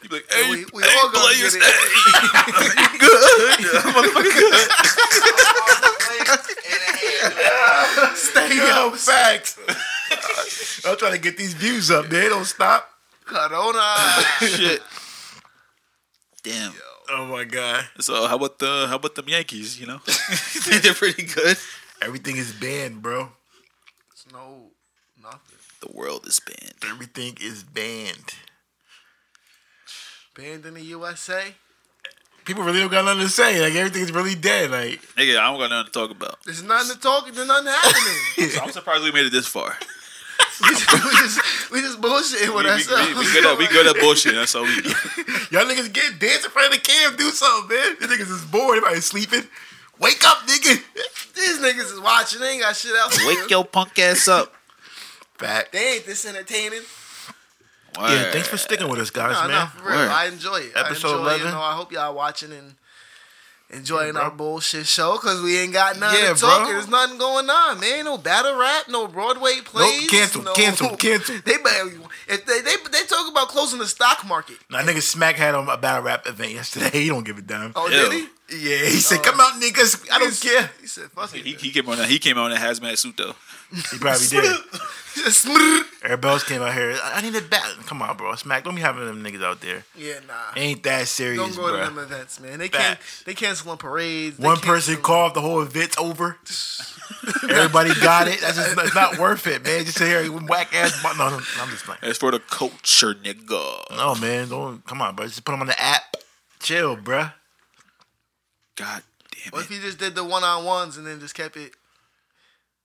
[SPEAKER 1] He be like, hey,
[SPEAKER 2] We- we
[SPEAKER 1] hey,
[SPEAKER 2] all gonna
[SPEAKER 1] players,
[SPEAKER 2] get it.
[SPEAKER 1] hey. [LAUGHS]
[SPEAKER 2] Stay up.
[SPEAKER 3] yo, facts. [LAUGHS] I'm trying to get these views up, man. They don't stop.
[SPEAKER 2] [LAUGHS] Corona.
[SPEAKER 1] [LAUGHS] Shit. Damn.
[SPEAKER 3] Oh my god,
[SPEAKER 1] So how about the how about them Yankees? You know, [LAUGHS] they're pretty good.
[SPEAKER 3] everything is banned, bro.
[SPEAKER 2] no, nothing.
[SPEAKER 1] The world is banned.
[SPEAKER 3] Everything is banned.
[SPEAKER 2] Banned in the USA.
[SPEAKER 3] People really don't got nothing to say. Like everything's really dead. Like
[SPEAKER 1] Nigga, I don't got nothing to talk about.
[SPEAKER 2] There's nothing to talk. There's nothing happening.
[SPEAKER 1] So I'm surprised we made it this far.
[SPEAKER 2] [LAUGHS] we, just, we just we just bullshitting
[SPEAKER 1] We,
[SPEAKER 2] with
[SPEAKER 1] we,
[SPEAKER 2] ourselves.
[SPEAKER 1] we, we good at we good at bullshit. That's all we. do.
[SPEAKER 3] y'all niggas get dance in front of the cam, do something, man. These niggas is bored. Everybody sleeping. Wake up, nigga.
[SPEAKER 2] These niggas is watching. They ain't got shit out. for them.
[SPEAKER 1] [LAUGHS] Wake your punk ass up.
[SPEAKER 3] Fact.
[SPEAKER 2] They ain't this entertaining.
[SPEAKER 3] Yeah, thanks for sticking with us, guys,
[SPEAKER 2] No,
[SPEAKER 3] man.
[SPEAKER 2] no, for real.
[SPEAKER 1] Word.
[SPEAKER 2] I enjoy it.
[SPEAKER 3] Episode
[SPEAKER 2] I enjoy,
[SPEAKER 3] 11.
[SPEAKER 2] You know, I hope y'all watching and enjoying
[SPEAKER 3] bro.
[SPEAKER 2] our bullshit show because we ain't got nothing
[SPEAKER 3] Yeah,
[SPEAKER 2] to talk.
[SPEAKER 3] bro.
[SPEAKER 2] There's nothing going on, man. No battle rap, no Broadway plays.
[SPEAKER 3] cancel,
[SPEAKER 2] no- [LAUGHS]
[SPEAKER 3] cancel, cancel.
[SPEAKER 2] They better, if they, they they talk about closing the stock market.
[SPEAKER 3] Now, nigga Smack had on a battle rap event yesterday. [LAUGHS] He don't give a damn.
[SPEAKER 2] Oh,
[SPEAKER 1] Ew.
[SPEAKER 2] did he?
[SPEAKER 3] Yeah, he said, "Come out, niggas. I don't care."
[SPEAKER 2] He said, "Fuck it."
[SPEAKER 1] He, he came on. A, he came on in a hazmat suit though.
[SPEAKER 3] He probably did.
[SPEAKER 2] [LAUGHS] He just smrrr.
[SPEAKER 3] Everybody else came out here. I, I need a bat. Come on, bro. Smack. Don't be having them niggas out there.
[SPEAKER 2] yeah, nah.
[SPEAKER 3] Ain't that serious,
[SPEAKER 2] Don't go to them
[SPEAKER 3] bro?
[SPEAKER 2] events, man. They can't.
[SPEAKER 3] Facts.
[SPEAKER 2] They canceling parades. They
[SPEAKER 3] One person
[SPEAKER 2] canceling-
[SPEAKER 3] called the whole event's over. Everybody got it. That's just it's not worth it, man. Just sit here and whack ass. bu- No, no, I'm just playing.
[SPEAKER 1] As for the culture, nigga.
[SPEAKER 3] No, man. Don't come on, bro. Just put them on the app. Chill, bro.
[SPEAKER 1] God damn
[SPEAKER 2] What if
[SPEAKER 1] it.
[SPEAKER 2] he just did the one on ones and then just kept it?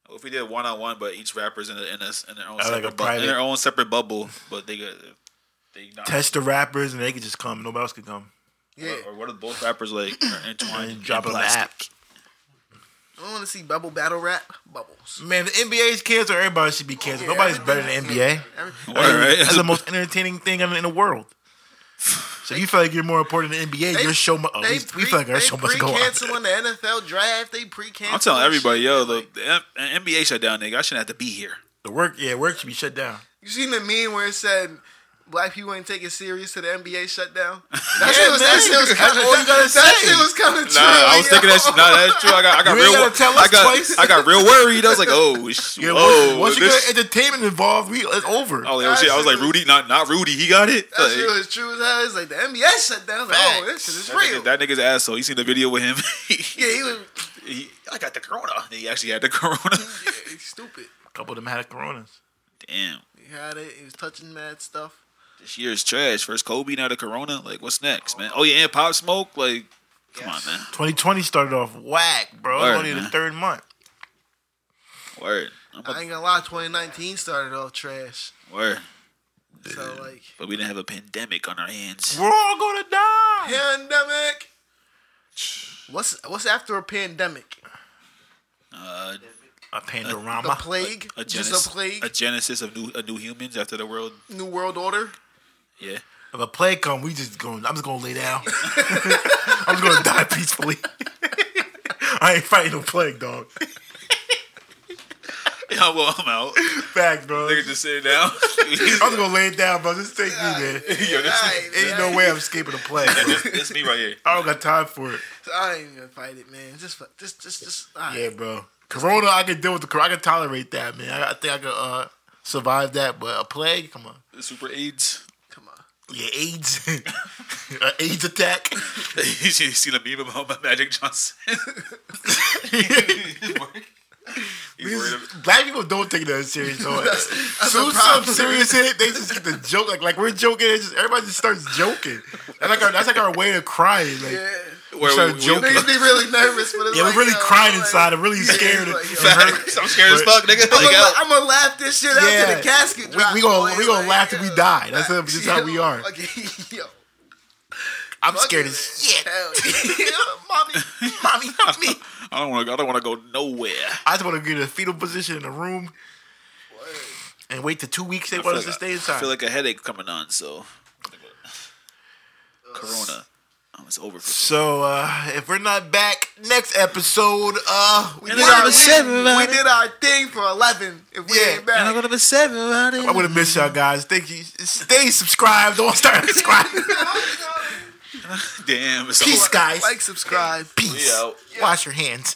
[SPEAKER 1] If we did one on one, but each rapper's in a, in, a, in their own
[SPEAKER 3] like a
[SPEAKER 1] separate bu-
[SPEAKER 3] private-
[SPEAKER 1] in their own separate bubble, but they got they not
[SPEAKER 3] Test the rappers, and they could just come. Nobody else could come.
[SPEAKER 2] Yeah,
[SPEAKER 1] or what are both rappers like
[SPEAKER 3] [CLEARS THROAT]
[SPEAKER 1] are entwined
[SPEAKER 3] And
[SPEAKER 1] in
[SPEAKER 3] drop it on the
[SPEAKER 1] plastic.
[SPEAKER 3] app.
[SPEAKER 2] I want to see bubble battle rap bubbles.
[SPEAKER 3] Man, the NBA's kids or everybody should be kids. Nobody's better than the NBA.
[SPEAKER 2] Every-
[SPEAKER 1] All right.
[SPEAKER 3] That's the most entertaining thing in in the world. So you feel like you're more important than NBA?
[SPEAKER 2] They-
[SPEAKER 3] your show, mu- oh,
[SPEAKER 2] They
[SPEAKER 3] we,
[SPEAKER 2] pre,
[SPEAKER 3] we feel like our
[SPEAKER 2] they
[SPEAKER 3] show must go on.
[SPEAKER 2] pre-canceling the NFL draft. They pre-canceling.
[SPEAKER 1] [LAUGHS] I'm telling everybody,
[SPEAKER 2] shit.
[SPEAKER 1] yo, the, the M- NBA shut down, nigga. I shouldn't have to be here.
[SPEAKER 3] The work, yeah, work should be shut down.
[SPEAKER 2] You seen the meme where it said black people ain't taking serious to the
[SPEAKER 3] [LAUGHS]
[SPEAKER 2] NBA shutdown? That
[SPEAKER 3] Yeah,
[SPEAKER 2] shit was that
[SPEAKER 3] man.
[SPEAKER 2] shit was
[SPEAKER 3] That's [LAUGHS]
[SPEAKER 2] kinda,
[SPEAKER 3] all you gotta
[SPEAKER 2] that, that
[SPEAKER 3] say.
[SPEAKER 2] shit was kind of
[SPEAKER 1] Nah,
[SPEAKER 2] true.
[SPEAKER 1] I was
[SPEAKER 2] yo.
[SPEAKER 1] thinking that. Shit, nah, that's true. I got, I got
[SPEAKER 3] You ain't
[SPEAKER 1] real.
[SPEAKER 3] gotta tell
[SPEAKER 1] I
[SPEAKER 3] us
[SPEAKER 1] got,
[SPEAKER 3] twice.
[SPEAKER 1] I got real worried. I was like, oh, sh-
[SPEAKER 3] [LAUGHS] Yeah,
[SPEAKER 1] whoa,
[SPEAKER 3] once, once you
[SPEAKER 1] this-
[SPEAKER 3] get entertainment involved, we it's over.
[SPEAKER 1] oh, yo, shit. I was like, Rudy, not not Rudy. He got it.
[SPEAKER 2] That shit
[SPEAKER 1] Like,
[SPEAKER 2] was true as hell. It's like the NBA shutdown. Like, oh, this shit is
[SPEAKER 1] that,
[SPEAKER 2] real.
[SPEAKER 1] nigga, that nigga's asshole. You seen the video with him? [LAUGHS] he,
[SPEAKER 2] yeah, he was
[SPEAKER 1] I got the corona. And he actually had the [LAUGHS] corona.
[SPEAKER 2] yeah, he's stupid.
[SPEAKER 3] A couple of them had coronas.
[SPEAKER 1] Damn,
[SPEAKER 2] He had it. He was touching mad stuff.
[SPEAKER 1] this year is trash. First Kobe, now the corona. Like, what's next, man? Oh yeah, and Pop Smoke. Like, come on, man.
[SPEAKER 3] 2020 started off whack, bro. It's
[SPEAKER 1] Word,
[SPEAKER 3] only the
[SPEAKER 1] man.
[SPEAKER 3] third month.
[SPEAKER 1] Word. I'm
[SPEAKER 2] I
[SPEAKER 1] about,
[SPEAKER 2] ain't gonna lie, 2019 started off trash.
[SPEAKER 1] word.
[SPEAKER 2] So like
[SPEAKER 1] But we didn't have a pandemic on our hands.
[SPEAKER 3] We're all gonna die.
[SPEAKER 2] pandemic. What's what's after a pandemic?
[SPEAKER 1] Uh,
[SPEAKER 3] A
[SPEAKER 2] A
[SPEAKER 3] pandorama.
[SPEAKER 2] plague?
[SPEAKER 1] a
[SPEAKER 2] Just
[SPEAKER 1] genesis,
[SPEAKER 2] a plague?
[SPEAKER 1] a genesis of new, a new humans after the world.
[SPEAKER 2] New world order?
[SPEAKER 1] Yeah.
[SPEAKER 3] If a plague come, we just going. I'm just gonna lay down. [LAUGHS] I'm just gonna die peacefully. [LAUGHS] I ain't fighting no plague, dog.
[SPEAKER 1] Yeah, well, I'm out.
[SPEAKER 3] Facts, bro.
[SPEAKER 1] Nigga just sitting [LAUGHS] down.
[SPEAKER 3] I'm just gonna lay it down, bro. Just take me, man.
[SPEAKER 1] Yo, that's,
[SPEAKER 2] Alright,
[SPEAKER 3] Ain't
[SPEAKER 2] man.
[SPEAKER 3] no way I'm escaping the plague. Bro.
[SPEAKER 1] that's, that's me right here.
[SPEAKER 3] I don't got time for it.
[SPEAKER 2] I ain't even gonna fight it, man. Just, fu- just, just, just. all right.
[SPEAKER 3] Yeah, bro. Corona, I can deal with the. cor- I can tolerate that, man. I, I think I could uh, survive that, but a plague, come on.
[SPEAKER 1] Super AIDS. [LAUGHS]
[SPEAKER 2] Come on.
[SPEAKER 3] Yeah, AIDS, [LAUGHS] An AIDS attack.
[SPEAKER 1] you seen a meme about Magic Johnson? [LAUGHS] He's worried. He's worried about-
[SPEAKER 3] Black people don't take that
[SPEAKER 2] [LAUGHS]
[SPEAKER 3] serious. Though.
[SPEAKER 2] that's
[SPEAKER 3] Soon some
[SPEAKER 2] a problem.
[SPEAKER 3] serious hit, they just get the joke. Like like we're joking, it's just, everybody just starts joking. That's like our, that's like our way of crying. Like
[SPEAKER 2] Yeah.
[SPEAKER 1] Where
[SPEAKER 3] started
[SPEAKER 1] we- we-
[SPEAKER 3] joking.
[SPEAKER 2] Niggas be really nervous, but it's
[SPEAKER 3] yeah,
[SPEAKER 2] like,
[SPEAKER 3] we're really
[SPEAKER 2] yo,
[SPEAKER 3] crying
[SPEAKER 2] like,
[SPEAKER 3] inside. I'm really
[SPEAKER 2] yeah,
[SPEAKER 3] scared.
[SPEAKER 2] it's like,
[SPEAKER 3] It
[SPEAKER 2] yo,
[SPEAKER 3] hurts.
[SPEAKER 1] Facts. I'm scared as
[SPEAKER 3] But-
[SPEAKER 1] fuck, nigga.
[SPEAKER 2] I'm,
[SPEAKER 1] Like,
[SPEAKER 2] gonna,
[SPEAKER 1] out.
[SPEAKER 2] I'm gonna laugh this shit out till
[SPEAKER 3] Yeah.
[SPEAKER 2] the casket
[SPEAKER 3] We-
[SPEAKER 2] drop.
[SPEAKER 3] we gonna-
[SPEAKER 2] boy.
[SPEAKER 3] we gonna
[SPEAKER 2] Like,
[SPEAKER 3] laugh till we
[SPEAKER 2] yo,
[SPEAKER 3] die. That's how- just how we are.
[SPEAKER 2] [LAUGHS] Okay, yo,
[SPEAKER 3] I'm
[SPEAKER 2] fuck
[SPEAKER 3] scared
[SPEAKER 2] it.
[SPEAKER 3] as shit.
[SPEAKER 2] Hell yeah, [LAUGHS] mommy.
[SPEAKER 3] Mommy, help me.
[SPEAKER 1] [LAUGHS] I don't want to. I don't want to go nowhere.
[SPEAKER 3] I just want to get in a fetal position in a room and wait the two weeks they
[SPEAKER 1] I feel,
[SPEAKER 3] want us
[SPEAKER 1] like,
[SPEAKER 3] to stay
[SPEAKER 1] I
[SPEAKER 3] inside.
[SPEAKER 1] feel like a headache coming on. So, Corona. Oh, it's over. For
[SPEAKER 3] so uh, if we're not back next episode, uh, we
[SPEAKER 1] And
[SPEAKER 3] did
[SPEAKER 1] it's
[SPEAKER 3] our-
[SPEAKER 2] we,
[SPEAKER 1] number seven,
[SPEAKER 2] we
[SPEAKER 1] man.
[SPEAKER 2] did our thing for 11. If we
[SPEAKER 3] Yeah,
[SPEAKER 2] ain't back,
[SPEAKER 1] to be seven.
[SPEAKER 3] I'm gonna miss y'all guys. Thank you. Stay subscribed. Don't
[SPEAKER 1] [LAUGHS]
[SPEAKER 3] start subscribing.
[SPEAKER 1] Damn. It's
[SPEAKER 3] Peace,
[SPEAKER 1] over.
[SPEAKER 3] guys.
[SPEAKER 2] like, subscribe.
[SPEAKER 1] We
[SPEAKER 3] Peace.
[SPEAKER 1] out.
[SPEAKER 3] Wash your hands.